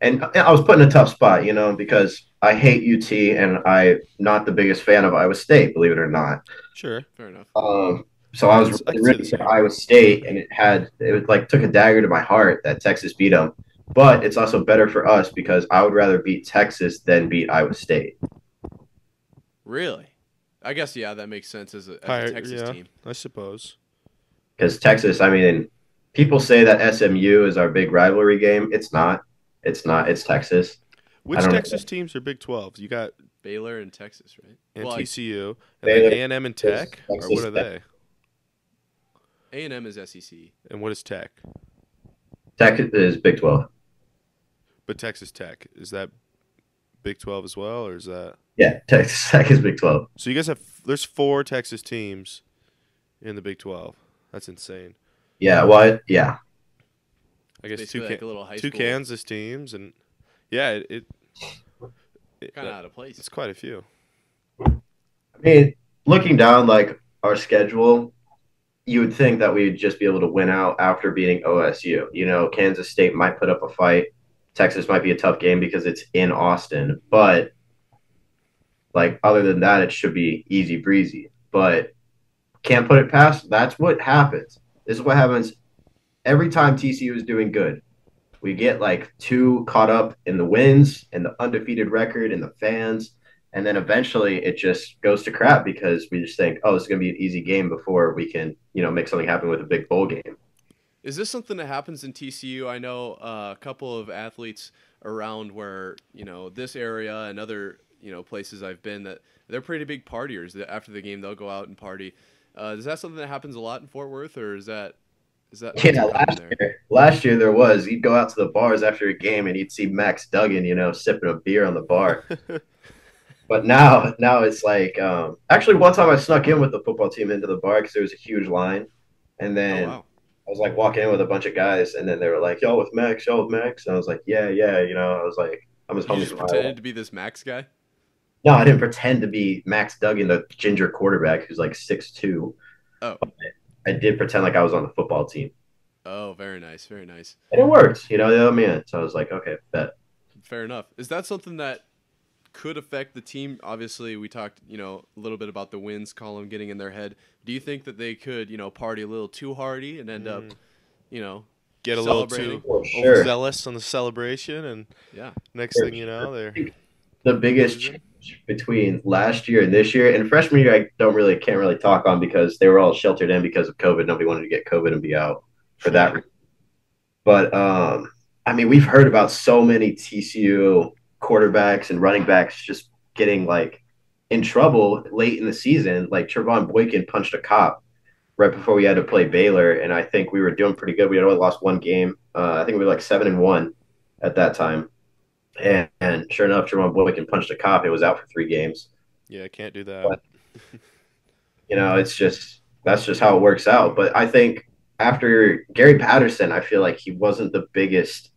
Speaker 3: and I was put in a tough spot, you know, because I hate UT and I'm not the biggest fan of Iowa State, believe it or not.
Speaker 2: Sure.
Speaker 1: Fair enough.
Speaker 3: Um, so I was
Speaker 2: I can see
Speaker 3: rooting
Speaker 2: the
Speaker 3: for
Speaker 2: same.
Speaker 3: Iowa State, and it had it was like took a dagger to my heart that Texas beat them. But it's also better for us because I would rather beat Texas than beat Iowa State.
Speaker 1: Really? I guess yeah, that makes sense as a, as
Speaker 2: Higher-
Speaker 1: a Texas
Speaker 2: yeah.
Speaker 1: team.
Speaker 2: I suppose.
Speaker 3: Because Texas, I mean, people say that SMU is our big rivalry game. It's not. It's not. It's Texas.
Speaker 2: Which
Speaker 3: don't know.
Speaker 2: Texas teams are Big 12s? You got
Speaker 1: Baylor and Texas, right?
Speaker 2: and
Speaker 1: well,
Speaker 2: TCU, and
Speaker 3: Baylor,
Speaker 2: then A&M and Tech, or
Speaker 3: Texas
Speaker 2: what are
Speaker 3: Tech.
Speaker 2: they?
Speaker 1: A and M is E SEC.
Speaker 2: And what is Tech?
Speaker 3: Texas is Big Twelve.
Speaker 2: But Texas Tech is that Big Twelve as well, or is that
Speaker 3: Yeah, Texas Tech is Big Twelve.
Speaker 2: so? You guys have there's four Texas teams in the Big Twelve. That's insane.
Speaker 3: Yeah, well, yeah,
Speaker 2: I guess
Speaker 1: Basically
Speaker 2: two can,
Speaker 1: like a little high
Speaker 2: two
Speaker 1: school.
Speaker 2: Kansas teams and yeah, it, it, it-
Speaker 1: Kind of out of place.
Speaker 2: it's quite a few.
Speaker 3: I mean, looking down like our schedule, you would think that we'd just be able to win out after beating OSU. You know, Kansas State might put up a fight. Texas might be a tough game because it's in Austin, but like other than that, it should be easy breezy. But can't put it past. That's what happens. This is what happens every time TCU is doing good. We get like too caught up in the wins and the undefeated record and the fans and then eventually it just goes to crap because we just think, oh, it's going to be an easy game before we can, you know, make something happen with a big bowl game.
Speaker 1: Is this something that happens in TCU? I know uh, a couple of athletes around where you know this area and other you know places I've been that they're pretty big partiers. That After the game, they'll go out and party. Uh, is that something that happens a lot in Fort Worth, or is that is that not
Speaker 3: Yeah,
Speaker 1: so common
Speaker 3: last
Speaker 1: there?
Speaker 3: year, last year there was. You'd go out to the bars after a game and you'd see Max Duggan, you know, sipping a beer on the bar. but now, now it's like, um, actually, one time I snuck in with the football team into the bar because there was a huge line, and then
Speaker 1: Oh, wow.
Speaker 3: I was like walking in with a bunch of guys, and then they were like, "Y'all with Max? Y'all with Max?" And I was like, "Yeah, yeah," you know. I was like, "I'm as
Speaker 1: You
Speaker 3: humble
Speaker 1: just
Speaker 3: as my
Speaker 1: pretended to be this Max guy.
Speaker 3: No, I didn't pretend to be Max Duggan, the ginger quarterback who's like six two.
Speaker 1: Oh.
Speaker 3: I did pretend like I was on the football team,
Speaker 1: Oh, very nice, very nice.
Speaker 3: and it worked. You know, the other man. So I was like, okay, bet.
Speaker 1: Fair enough. Is that something that could affect the team? Obviously, we talked, you know, a little bit about the wins column getting in their head. Do you think that they could, you know, party a little too hardy and end up,
Speaker 2: Mm.
Speaker 1: you know,
Speaker 2: Get a little
Speaker 1: Celebrating.
Speaker 2: too
Speaker 3: For sure.
Speaker 2: overzealous on the celebration, and
Speaker 1: yeah,
Speaker 2: next
Speaker 3: Sure,
Speaker 2: thing you know, they're
Speaker 3: The biggest change between last year and this year, and freshman year, I don't really can't really talk on because they were all sheltered in because of COVID. Nobody wanted to get COVID and be out for that. reason. But um, I mean, we've heard about so many TCU quarterbacks and running backs just getting like in trouble late in the season. Like Trevon Boykin punched a cop right before we had to play Baylor, and I think we were doing pretty good. We had only lost one game. Uh, I think we were like seven and one at that time. And, and sure enough, Trevon Boykin punched a cop. It was out for three games.
Speaker 2: yeah, can't do that.
Speaker 3: What? You know, it's just that's just how it works out. But I think after Gary Patterson, I feel like he wasn't the biggest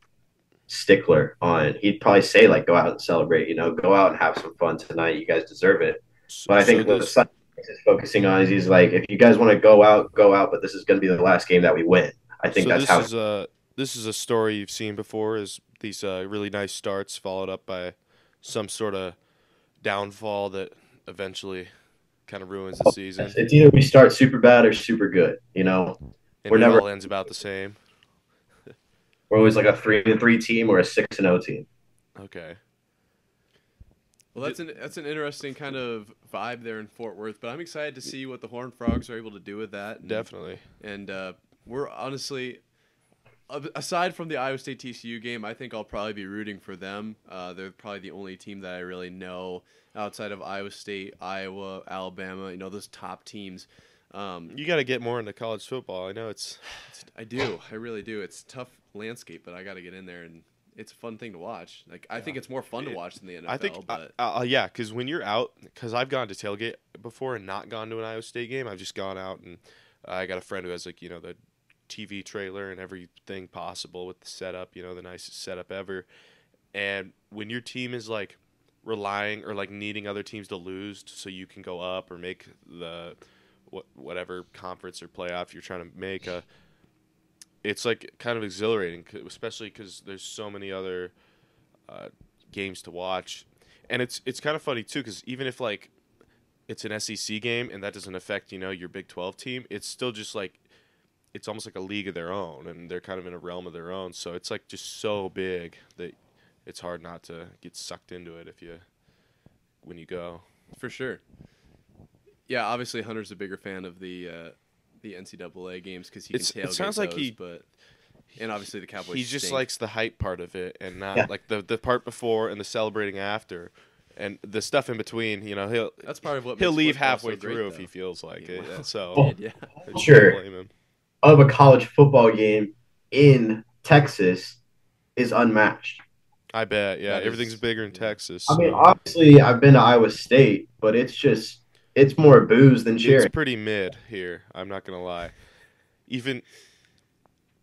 Speaker 3: stickler on. He'd probably say like, "Go out and celebrate. You know, go out and have some fun tonight. You guys deserve it." But I think
Speaker 2: so
Speaker 3: what the
Speaker 2: this,
Speaker 3: Sun is focusing on is he's like, if you guys want to go out, go out, but this is going to be the last game that we win. I think
Speaker 2: so
Speaker 3: that's
Speaker 2: this
Speaker 3: how.
Speaker 2: is a this is a story you've seen before. Is these uh, really nice starts followed up by some sort of downfall that eventually kind of ruins the season,
Speaker 3: It's either we start super bad or super good. You know,
Speaker 2: and
Speaker 3: we're
Speaker 2: it
Speaker 3: never-
Speaker 2: all ends about the same.
Speaker 3: we're always like a three and three team or a six and zero team.
Speaker 2: Okay,
Speaker 1: Well, that's an that's an interesting kind of vibe there in Fort Worth. But I'm excited to see what the Horned Frogs are able to do with that. And,
Speaker 2: definitely.
Speaker 1: and uh, we're honestly, a- aside from the Iowa State TCU game, I think I'll probably be rooting for them. Uh, they're probably the only team that I really know outside of Iowa State, Iowa, Alabama. You know those top teams. Um,
Speaker 2: You got to get more into college football. I know it's
Speaker 1: I do. I really do. It's a tough landscape, but I got to get in there, and it's a fun thing to watch. Like I think it's more fun to
Speaker 2: It-
Speaker 1: watch than the NFL.
Speaker 2: I think,
Speaker 1: but
Speaker 2: uh, uh, yeah, because when you're out, because I've gone to tailgate before and not gone to an Iowa State game. I've just gone out and I got a friend who has like you know the TV trailer and everything possible with the setup, you know, the nicest setup ever. And when your team is like relying or like needing other teams to lose so you can go up or make the what whatever conference or playoff you're trying to make, uh, it's like kind of exhilarating, c- especially because there's so many other uh, games to watch, and it's it's kind of funny too because even if like it's an SEC game and that doesn't affect you know your Big Twelve team, it's still just like it's almost like a league of their own, and they're kind of in a realm of their own. So it's like just so big that it's hard not to get sucked into it if you when you go.
Speaker 1: For sure. Yeah, obviously Hunter's a bigger fan of the uh, the NCAA games because he
Speaker 2: It's-
Speaker 1: can
Speaker 2: it
Speaker 1: tailgate
Speaker 2: sounds like
Speaker 1: those,
Speaker 2: he-
Speaker 1: but and obviously the Cowboys.
Speaker 2: he just
Speaker 1: stink.
Speaker 2: likes the hype part of it and not
Speaker 3: Yeah.
Speaker 2: like the the part before and the celebrating after. And the stuff in between, you know, he'll
Speaker 1: that's probably what
Speaker 2: he'll
Speaker 1: makes
Speaker 2: leave
Speaker 1: football so
Speaker 2: halfway
Speaker 1: great,
Speaker 2: through if
Speaker 1: though.
Speaker 2: he feels like
Speaker 1: Yeah,
Speaker 2: it.
Speaker 1: wow.
Speaker 2: So
Speaker 1: Did, yeah.
Speaker 2: I can't
Speaker 3: Sure.
Speaker 2: blame him.
Speaker 3: of a college football game in Texas is unmatched.
Speaker 2: I bet. Yeah,
Speaker 1: That is-
Speaker 2: everything's bigger in Texas.
Speaker 3: I mean,
Speaker 2: so
Speaker 3: obviously, I've been to Iowa State, but it's just it's more booze than
Speaker 2: it's
Speaker 3: cheering.
Speaker 2: pretty mid here. I'm not gonna lie. Even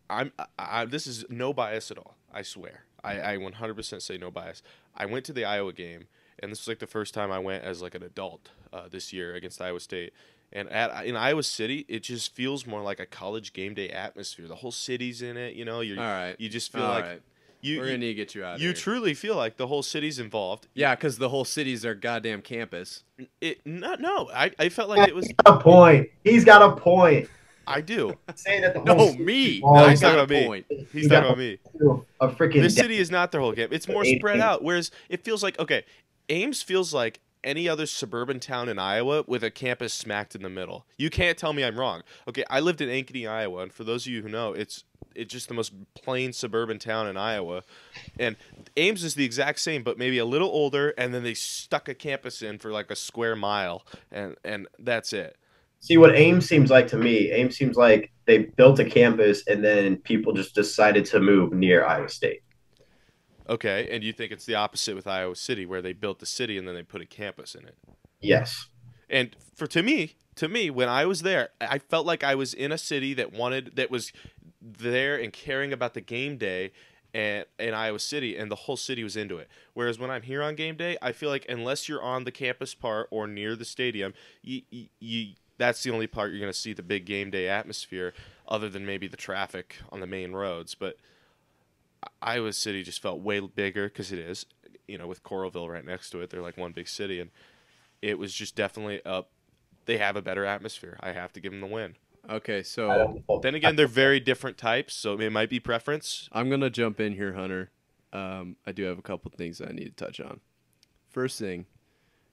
Speaker 2: I'm. I, I, this is no bias at all. I swear. I, I 100% say no bias. I went to the Iowa game, and this was like the first time I went as like an adult uh, this year against Iowa State. And at in Iowa City, it just feels more like a college game day atmosphere. The whole city's in it. You know, you
Speaker 1: All right.
Speaker 2: you just
Speaker 1: All
Speaker 2: feel like
Speaker 1: right.
Speaker 2: you
Speaker 1: We're
Speaker 2: you-
Speaker 1: gonna need to get you out. of
Speaker 2: you
Speaker 1: here.
Speaker 2: truly feel like the whole city's involved.
Speaker 1: Yeah, because the whole city's their goddamn campus.
Speaker 2: It no no. I, I felt like it was.
Speaker 3: He's got a point. He's got a point.
Speaker 2: I do.
Speaker 3: Saying that the whole
Speaker 1: No,
Speaker 3: city
Speaker 1: me.
Speaker 3: Oh,
Speaker 1: I
Speaker 3: he's
Speaker 1: got
Speaker 2: talking
Speaker 1: a
Speaker 2: about me.
Speaker 1: point.
Speaker 2: He's talking about me.
Speaker 3: to a freaking
Speaker 2: This city is not their whole game. It's more spread out. Whereas it feels like okay, Ames feels like any other suburban town in Iowa with a campus smacked in the middle. You can't tell me I'm wrong. Okay, I lived in Ankeny, Iowa, and for those of you who know, it's it's just the most plain suburban town in Iowa. And Ames is the exact same, but maybe a little older, and then they stuck a campus in for like a square mile and and that's it.
Speaker 3: See what Ames seems like to me. Ames seems like they built a campus and then people just decided to move near Iowa State.
Speaker 2: Okay, and you think it's the opposite with Iowa City, where they built the city and then they put a campus in it.
Speaker 3: Yes.
Speaker 2: And for to me, to me, when I was there, I felt like I was in a city that wanted that was there and caring about the game day and in Iowa City and the whole city was into it. Whereas when I'm here on game day, I feel like unless you're on the campus part or near the stadium, you, you, you that's the only part you're going to see the big game day atmosphere other than maybe the traffic on the main roads, but Iowa City just felt way bigger cuz it is, you know, with Coralville right next to it. They're like one big city and it was just definitely up. They have a better atmosphere. I have to give them the win.
Speaker 1: Okay,
Speaker 3: I
Speaker 1: so
Speaker 3: don't know.
Speaker 2: Then again, they're very different types, so it might be preference.
Speaker 1: I'm gonna jump in here, Hunter. Um, I do have a couple things I need to touch on. First thing,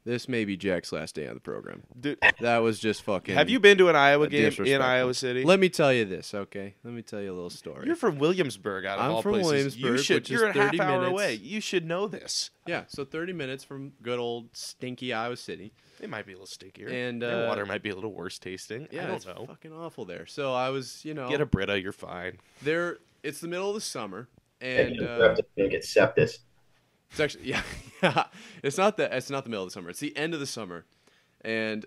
Speaker 1: this may be Jack's last day on the program.
Speaker 2: Dude,
Speaker 1: That was just fucking.
Speaker 2: have you been to an Iowa game in
Speaker 1: Disrespectful.
Speaker 2: Iowa City?
Speaker 1: Let me tell you this, okay? Let me tell you a little story.
Speaker 2: You're from Williamsburg, out of
Speaker 1: I'm
Speaker 2: all
Speaker 1: from
Speaker 2: places. you
Speaker 1: Williamsburg,
Speaker 2: should.
Speaker 1: which is
Speaker 2: you're a half
Speaker 1: 30
Speaker 2: hour
Speaker 1: minutes.
Speaker 2: away. You should know this.
Speaker 1: yeah, so 30 minutes from good old stinky Iowa City.
Speaker 2: It might be a little stickier,
Speaker 1: And,
Speaker 2: Their
Speaker 1: uh,
Speaker 2: water might be a little worse tasting.
Speaker 1: Yeah,
Speaker 2: I don't
Speaker 1: it's
Speaker 2: know.
Speaker 1: fucking awful there. So I was, you know,
Speaker 2: Get a Brita, you're fine.
Speaker 1: there. It's the middle of the summer,
Speaker 3: And
Speaker 1: and
Speaker 3: you
Speaker 1: uh,
Speaker 3: have to think it's septis.
Speaker 1: It's actually yeah, yeah. It's not the it's not the middle of the summer. It's the end of the summer, and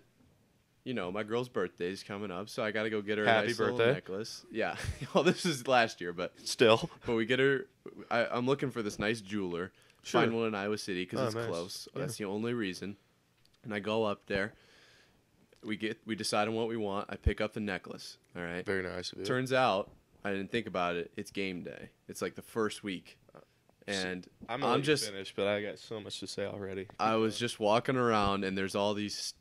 Speaker 1: you know my girl's birthday's coming up, so I got to go get her
Speaker 2: Happy
Speaker 1: a nice little
Speaker 2: birthday.
Speaker 1: necklace. Yeah. well, this is last year, but
Speaker 2: Still,
Speaker 1: but we get her. I, I'm looking for this nice jeweler.
Speaker 2: Sure.
Speaker 1: Find one in Iowa City because
Speaker 2: Oh,
Speaker 1: it's
Speaker 2: nice.
Speaker 1: close. That's the only reason. And I go up there. We get we decide on what we want. I pick up the necklace. All right.
Speaker 2: very nice of you.
Speaker 1: Turns out I didn't think about it. It's game day. It's like the first week,
Speaker 2: Uh,
Speaker 1: and
Speaker 2: I'm,
Speaker 1: I'm
Speaker 2: just
Speaker 1: just
Speaker 2: finished, but I got so much to say already.
Speaker 1: I was just walking around and there's all these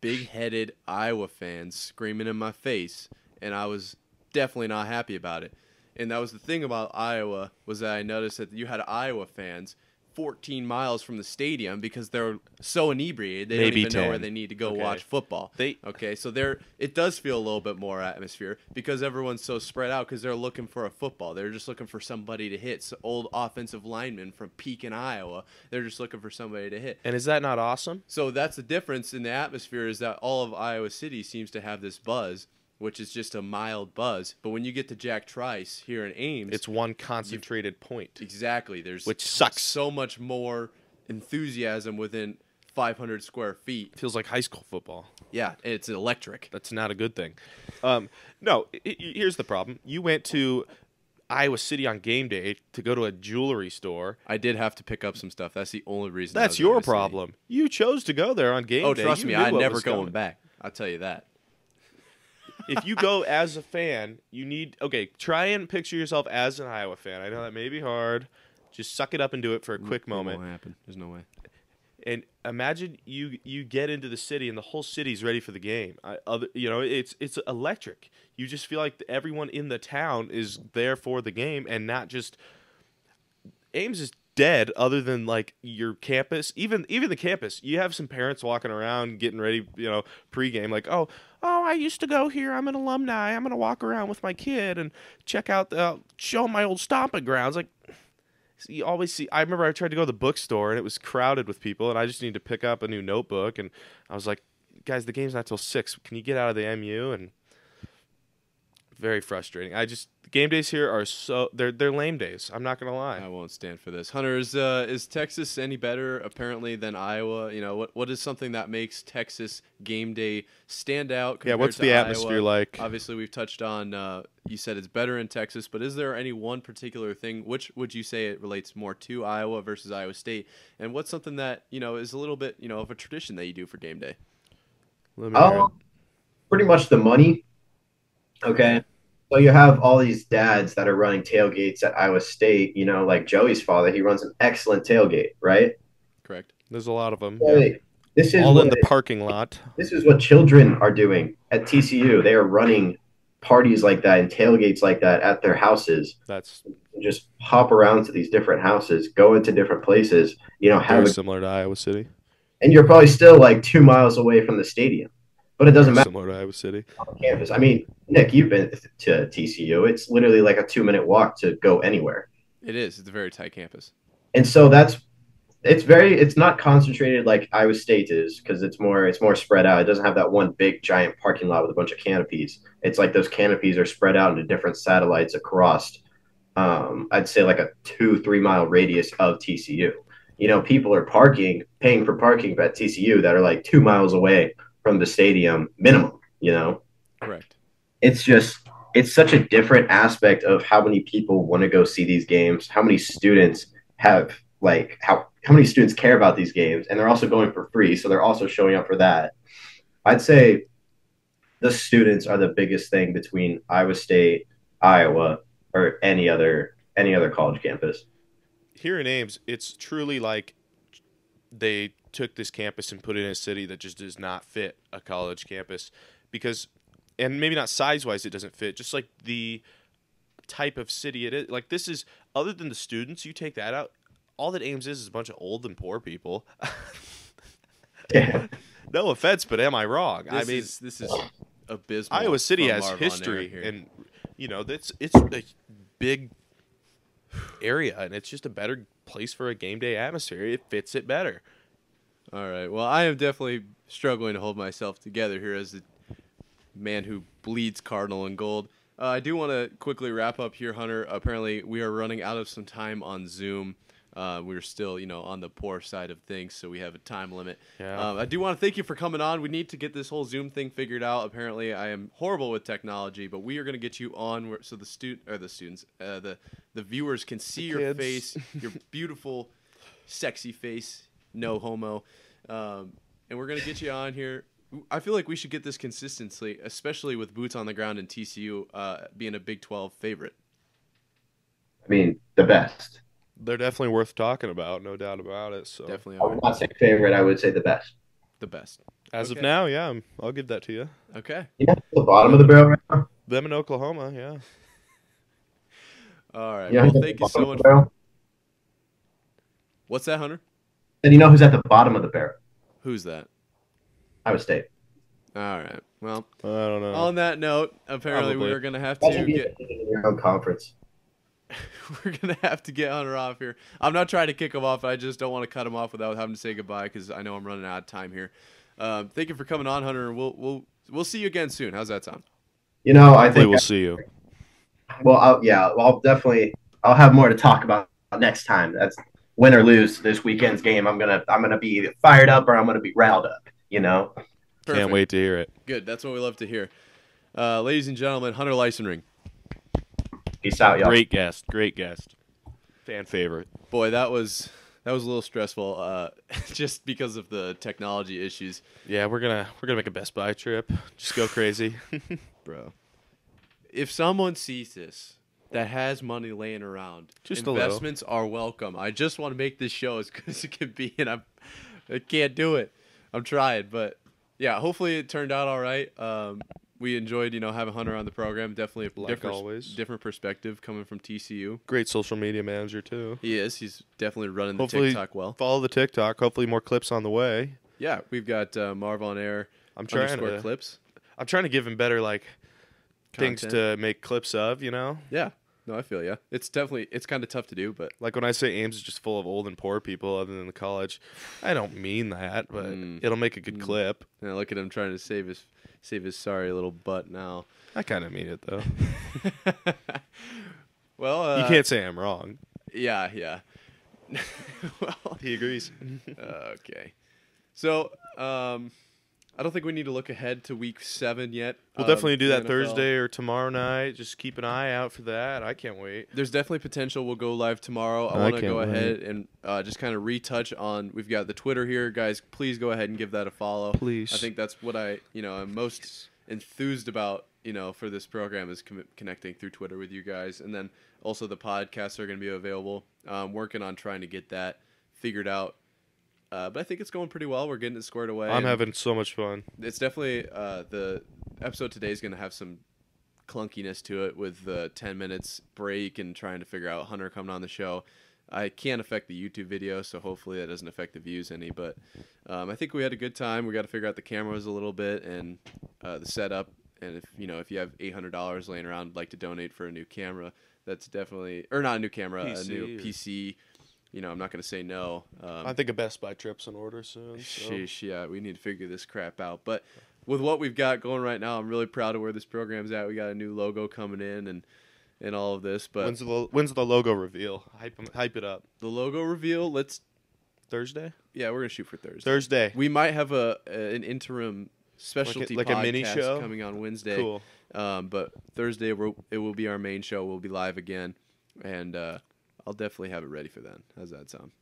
Speaker 1: big-headed Iowa fans screaming in my face and I was definitely not happy about it. And that was the thing about Iowa was that I noticed that you had Iowa fans 14 miles from the stadium because they're so inebriated they
Speaker 2: Maybe
Speaker 1: don't even know
Speaker 2: 10.
Speaker 1: where they need to go
Speaker 2: Okay.
Speaker 1: watch football.
Speaker 2: They-
Speaker 1: okay, so there it does feel a little bit more atmosphere because everyone's so spread out because they're looking for a football. They're just looking for somebody to hit. So old offensive linemen from Pekin, Iowa, they're just looking for somebody to hit.
Speaker 2: And is that not awesome?
Speaker 1: So that's the difference in the atmosphere is that all of Iowa City seems to have this buzz, which is just a mild buzz. But when you get to Jack Trice here in Ames,
Speaker 2: It's one concentrated point,
Speaker 1: exactly there's
Speaker 2: which sucks.
Speaker 1: so much more enthusiasm within 500 square feet.
Speaker 2: Feels like high school football.
Speaker 1: Yeah, it's electric.
Speaker 2: That's not a good thing. Um, no, i- i- here's the problem. You went to Iowa City on game day to go to a jewelry store.
Speaker 1: I did have to pick up some stuff. That's the only reason. I
Speaker 2: That's
Speaker 1: was in Iowa
Speaker 2: your
Speaker 1: City.
Speaker 2: problem. You chose to go there on game
Speaker 1: Oh,
Speaker 2: day.
Speaker 1: trust
Speaker 2: You
Speaker 1: me,
Speaker 2: knew
Speaker 1: I'm
Speaker 2: what
Speaker 1: never
Speaker 2: was
Speaker 1: going
Speaker 2: coming.
Speaker 1: back. I'll tell you that.
Speaker 2: if you go as a fan, you need okay. Try and picture yourself as an Iowa fan. I know that may be hard. Just suck it up and do it for a quick moment.
Speaker 1: It won't happen. There's no way.
Speaker 2: and imagine you you get into the city and the whole city's ready for the game. I, other, you know, it's it's electric. You just feel like everyone in the town is there for the game and not just Ames is dead other than like your campus even even the campus you have some parents walking around getting ready you know pregame like oh oh i used to go here i'm an alumni i'm gonna walk around with my kid and check out the show my old stomping grounds like you always see i remember i tried to go to the bookstore and it was crowded with people and i just needed to pick up a new notebook and i was like guys the game's not till six can you get out of the mu and very frustrating i just Game days here are so they're they're lame days. I'm not gonna lie.
Speaker 1: I won't stand for this. Hunter, is, uh, is Texas any better apparently than Iowa? You know, what what is something that makes Texas game day stand out?
Speaker 2: yeah,
Speaker 1: compared
Speaker 2: what's
Speaker 1: to
Speaker 2: the atmosphere
Speaker 1: Iowa?
Speaker 2: like?
Speaker 1: Obviously, we've touched on. Uh, you said it's better in Texas, but is there any one particular thing? Which would you say it relates more to Iowa versus Iowa State? And what's something that you know is a little bit you know of a tradition that you do for game day?
Speaker 2: Let me hear it.
Speaker 3: Oh, pretty much the money. Okay. So you have all these dads that are running tailgates at Iowa State, you know, like Joey's father, he runs an excellent tailgate, right?
Speaker 1: Correct.
Speaker 2: There's a lot of them.
Speaker 3: Like, this is
Speaker 2: All
Speaker 3: what,
Speaker 2: in the parking lot.
Speaker 3: this is what children are doing at TCU. They are running parties like that and tailgates like that at their houses
Speaker 2: That's
Speaker 3: and just hop around to these different houses, go into different places, you know, have
Speaker 2: very
Speaker 3: a,
Speaker 2: similar to Iowa City.
Speaker 3: and you're probably still like 2 miles away from the stadium. But it doesn't matter.
Speaker 2: Similar to Iowa City.
Speaker 3: campus. I mean, Nick, you've been to TCU. It's literally like a two minute walk to go anywhere.
Speaker 1: It is. It's a very tight campus.
Speaker 3: And so that's it's very it's not concentrated like Iowa State is because it's more it's more spread out. It doesn't have that one big giant parking lot with a bunch of canopies. It's like those canopies are spread out into different satellites across um, I'd say like a two, three mile radius of TCU. You know, people are parking, paying for parking at TCU that are like two miles away from the stadium minimum, you know?
Speaker 1: Correct.
Speaker 3: it's just it's such a different aspect of how many people want to go see these games how many students have like how how many students care about these games and they're also going for free so they're also showing up for that i'd say the students are the biggest thing between iowa state iowa or any other any other college campus
Speaker 2: Here in Ames, it's truly like they took this campus and put it in a city that just does not fit a college campus because and maybe not size wise it doesn't fit, just like the type of city it is. Like this is other than the students, you take that out, all that Ames is is a bunch of old and poor people.
Speaker 3: yeah
Speaker 2: no offense, but am I wrong?
Speaker 1: This
Speaker 2: I mean
Speaker 1: is, this is abysmal.
Speaker 2: Iowa City
Speaker 1: from
Speaker 2: has
Speaker 1: Marv on air
Speaker 2: history,
Speaker 1: here.
Speaker 2: and you know that's it's a big area, and it's just a better place for a game day atmosphere. It fits it better.
Speaker 1: All right. Well, I am definitely struggling to hold myself together here as a man who bleeds cardinal and gold. Uh, I do want to quickly wrap up here, Hunter. Apparently, we are running out of some time on Zoom. Uh, we're still, you know, on the poor side of things, so we have a time limit.
Speaker 2: Yeah.
Speaker 1: Um, I do want to thank you for coming on. We need to get this whole Zoom thing figured out. Apparently, I am horrible with technology, but we are going to get you on where, so the student or the students, uh, the the viewers can see your
Speaker 2: kids.
Speaker 1: face, your beautiful sexy face, no homo. Um, and we're gonna get you on here. I feel like we should get this consistently, especially with boots on the ground and TCU uh, being a Big Twelve favorite.
Speaker 3: i mean the best
Speaker 2: They're definitely worth talking about, no doubt about it. So
Speaker 1: Definitely
Speaker 3: i
Speaker 1: are
Speaker 3: would not say favorite i would say the best
Speaker 1: the best.
Speaker 2: as
Speaker 1: Okay.
Speaker 2: of now, yeah, I'm, I'll give that to you.
Speaker 1: Okay.
Speaker 3: you know the bottom of the barrel right now
Speaker 2: Them in Oklahoma, yeah.
Speaker 1: All right.
Speaker 3: you know,
Speaker 1: Well,
Speaker 3: who's at
Speaker 1: thank
Speaker 3: the
Speaker 1: you so
Speaker 3: bottom of
Speaker 1: much.
Speaker 3: the barrel?
Speaker 1: What's that, Hunter?
Speaker 3: and you know who's at the bottom of the barrel
Speaker 1: Who's that?
Speaker 3: iowa state
Speaker 1: All right. Well,
Speaker 2: I don't know.
Speaker 1: on that note, apparently
Speaker 2: Uh, Probably.
Speaker 1: we're gonna have to
Speaker 3: Imagine being
Speaker 1: get
Speaker 3: in your own conference.
Speaker 1: we're gonna have to get Hunter off here. I'm not trying to kick him off. I just don't want to cut him off without having to say goodbye because I know I'm running out of time here. Um, thank you for coming on, Hunter. and We'll we'll we'll see you again soon. How's that sound?
Speaker 3: You know, I
Speaker 2: Hopefully,
Speaker 3: think.
Speaker 2: we'll see you.
Speaker 3: Well, I'll, yeah, well, I'll definitely. I'll have more to talk about next time. That's win or lose this weekend's game. I'm gonna. I'm gonna be either fired up or I'm gonna be riled up. You know.
Speaker 2: Can't wait to hear it.
Speaker 1: Good. That's what we love to hear. Uh, ladies and gentlemen, Hunter Lysenring.
Speaker 3: Peace out, y'all.
Speaker 2: Great guest, great guest, fan favorite.
Speaker 1: Boy, that was that was a little stressful, uh, just because of the technology issues.
Speaker 2: Yeah, we're gonna we're gonna make a Best Buy trip. Just go crazy, bro.
Speaker 1: If someone sees this that has money laying around,
Speaker 2: Just a little.
Speaker 1: investments are welcome. I just want to make this show as good as it can be, and I'm I can't do it. I'm trying, but yeah, hopefully it turned out all right. Um, we enjoyed, you know, having Hunter on the program. Definitely a
Speaker 2: Like
Speaker 1: different,
Speaker 2: always.
Speaker 1: different perspective coming from TCU.
Speaker 2: Great social media manager too.
Speaker 1: He is. He's definitely running the
Speaker 2: Hopefully-
Speaker 1: TikTok well.
Speaker 2: Follow the TikTok. Hopefully, more clips on the way.
Speaker 1: Yeah, we've got uh, Marv on air
Speaker 2: I'm trying
Speaker 1: underscore
Speaker 2: to.
Speaker 1: clips.
Speaker 2: I'm trying to give him better like things to make clips of. You know,
Speaker 1: Yeah, no, I feel yeah. It's definitely it's kind of tough to do, but
Speaker 2: like when I say Ames is just full of old and poor people, other than the college, I don't mean that, but
Speaker 1: Mm.
Speaker 2: it'll make a good
Speaker 1: Mm.
Speaker 2: clip.
Speaker 1: you know, look at him trying to save his save his sorry little butt now.
Speaker 2: I kind of mean it though.
Speaker 1: Well, uh,
Speaker 2: you can't say I'm wrong.
Speaker 1: Yeah, yeah. well,
Speaker 2: He agrees.
Speaker 1: okay. So, um, I don't think we need to look ahead to week seven yet.
Speaker 2: We'll
Speaker 1: of
Speaker 2: definitely do
Speaker 1: the
Speaker 2: that
Speaker 1: NFL.
Speaker 2: Thursday or tomorrow night. Just keep an eye out for that. I can't wait.
Speaker 1: There's definitely potential. We'll go live tomorrow. I
Speaker 2: I
Speaker 1: want to
Speaker 2: can't
Speaker 1: go
Speaker 2: wait.
Speaker 1: ahead and uh, just kind of retouch on. We've got the Twitter here, guys. Please go ahead and give that a follow.
Speaker 2: Please.
Speaker 1: I think that's what I, you know, I'm most enthused about. You know, for this program is com- connecting through Twitter with you guys, and then also the podcasts are going to be available. I'm working on trying to get that figured out, uh, but I think it's going pretty well. We're getting it squared away.
Speaker 2: I'm
Speaker 1: and-
Speaker 2: having so much fun.
Speaker 1: it's definitely uh, the episode today is going to have some clunkiness to it with the 10 minutes break and trying to figure out hunter coming on the show i can't affect the youtube video so hopefully that doesn't affect the views any but um, i think we had a good time we got to figure out the cameras a little bit and uh, the setup and if you know if you have $800 laying around would like to donate for a new camera that's definitely or not a new camera
Speaker 2: PC
Speaker 1: a new
Speaker 2: or-
Speaker 1: pc you know i'm not going to say no um,
Speaker 2: I think a Best Buy trip's in order soon. So.
Speaker 1: Sheesh, yeah, we need to figure this crap out. But with what we've got going right now, I'm really proud of where this program's at. We got a new logo coming in and and all of this. But
Speaker 2: When's the lo- when's the logo reveal? Hype 'em- hype it up.
Speaker 1: the logo reveal, let's
Speaker 2: Thursday.
Speaker 1: yeah, we're gonna shoot for Thursday.
Speaker 2: Thursday.
Speaker 1: We might have a, a- an interim specialty
Speaker 2: like a mini
Speaker 1: podcast
Speaker 2: show?
Speaker 1: coming on Wednesday.
Speaker 2: Cool.
Speaker 1: Um, but Thursday we're, it will be our main show. We'll be live again, and uh, I'll definitely have it ready for then. How's that sound?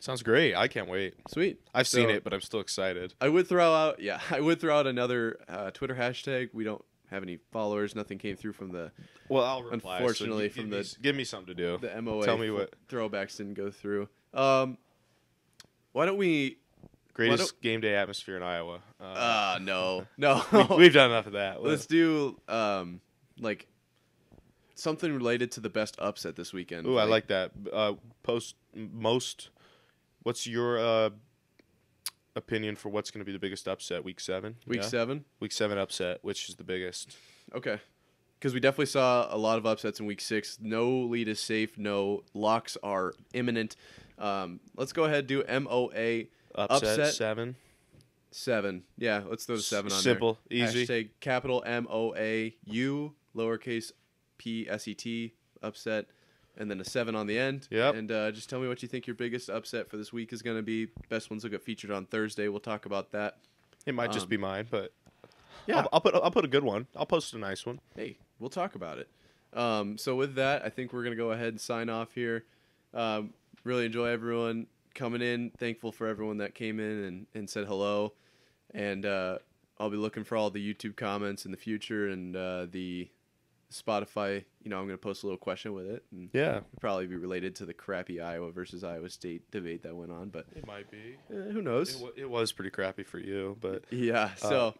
Speaker 2: Sounds great. I can't wait.
Speaker 1: Sweet.
Speaker 2: I've seen
Speaker 1: So-
Speaker 2: it, but I'm still excited.
Speaker 1: I would throw out, yeah, I would throw out another uh, Twitter hashtag. We don't have any followers. Nothing came through from the
Speaker 2: Well, I'll reply. so
Speaker 1: Unfortunately,
Speaker 2: you- give
Speaker 1: from
Speaker 2: me
Speaker 1: the-
Speaker 2: s- give me something to do.
Speaker 1: the MOA.
Speaker 2: Tell me what-
Speaker 1: throwbacks didn't go through. Um, why don't we?
Speaker 2: Greatest game day atmosphere in Iowa. Uh,
Speaker 1: Uh, no, no.
Speaker 2: we, we've done enough of that.
Speaker 1: Uh, Let's do um, like something related to the best upset this weekend.
Speaker 2: Ooh, I like that. Uh, post most. What's your uh, opinion for what's going to be the biggest upset? Week seven.
Speaker 1: week
Speaker 2: Yeah?
Speaker 1: seven.
Speaker 2: Week seven upset. Which is the biggest?
Speaker 1: Okay. Because we definitely saw a lot of upsets in week six. No lead is safe. No locks are imminent. Um, let's go ahead and do MOA
Speaker 2: Upset,
Speaker 1: Upset.
Speaker 2: seven.
Speaker 1: seven. Yeah, let's throw the seven on there.
Speaker 2: Simple, easy.
Speaker 1: Hashtag capital M O A U lowercase p s e t upset, and then a seven on the end.
Speaker 2: Yep.
Speaker 1: And uh, just tell me what you think your biggest upset for this week is going to be. Best ones will get featured on Thursday. We'll talk about that.
Speaker 2: It might just
Speaker 1: Um,
Speaker 2: be mine, but
Speaker 1: yeah.
Speaker 2: I'll, I'll put I'll put a good one. I'll post a nice one.
Speaker 1: Hey, we'll talk about it. Um, so with that, I think we're gonna go ahead and sign off here. Um, really enjoy everyone coming in. Thankful for everyone that came in and, and said hello. And uh, I'll be looking for all the YouTube comments in the future and uh, the Spotify. You know, I'm gonna post a little question with it and
Speaker 2: Yeah,
Speaker 1: it'll probably be related to the crappy Iowa versus Iowa State debate that went on. But
Speaker 2: it might be.
Speaker 1: eh, who
Speaker 2: It,
Speaker 1: knows?
Speaker 2: wa- it was pretty crappy for you, but
Speaker 1: Yeah. So,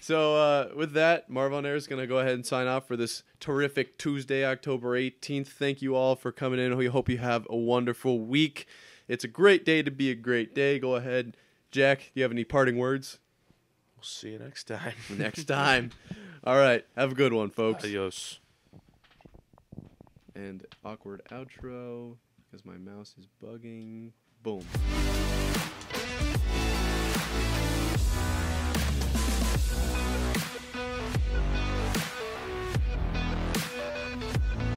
Speaker 1: so uh, with that, Marvon Air is going to go ahead and sign off for this terrific Tuesday, October 18th. Thank you all for coming in. We hope you have a wonderful week. It's a great day to be a great day. Go ahead, Jack. Do you have any parting words?
Speaker 2: we'll see you next time.
Speaker 1: Next time. all right. Have a good one, folks.
Speaker 2: Adios.
Speaker 1: And awkward outro because my mouse is bugging. Boom.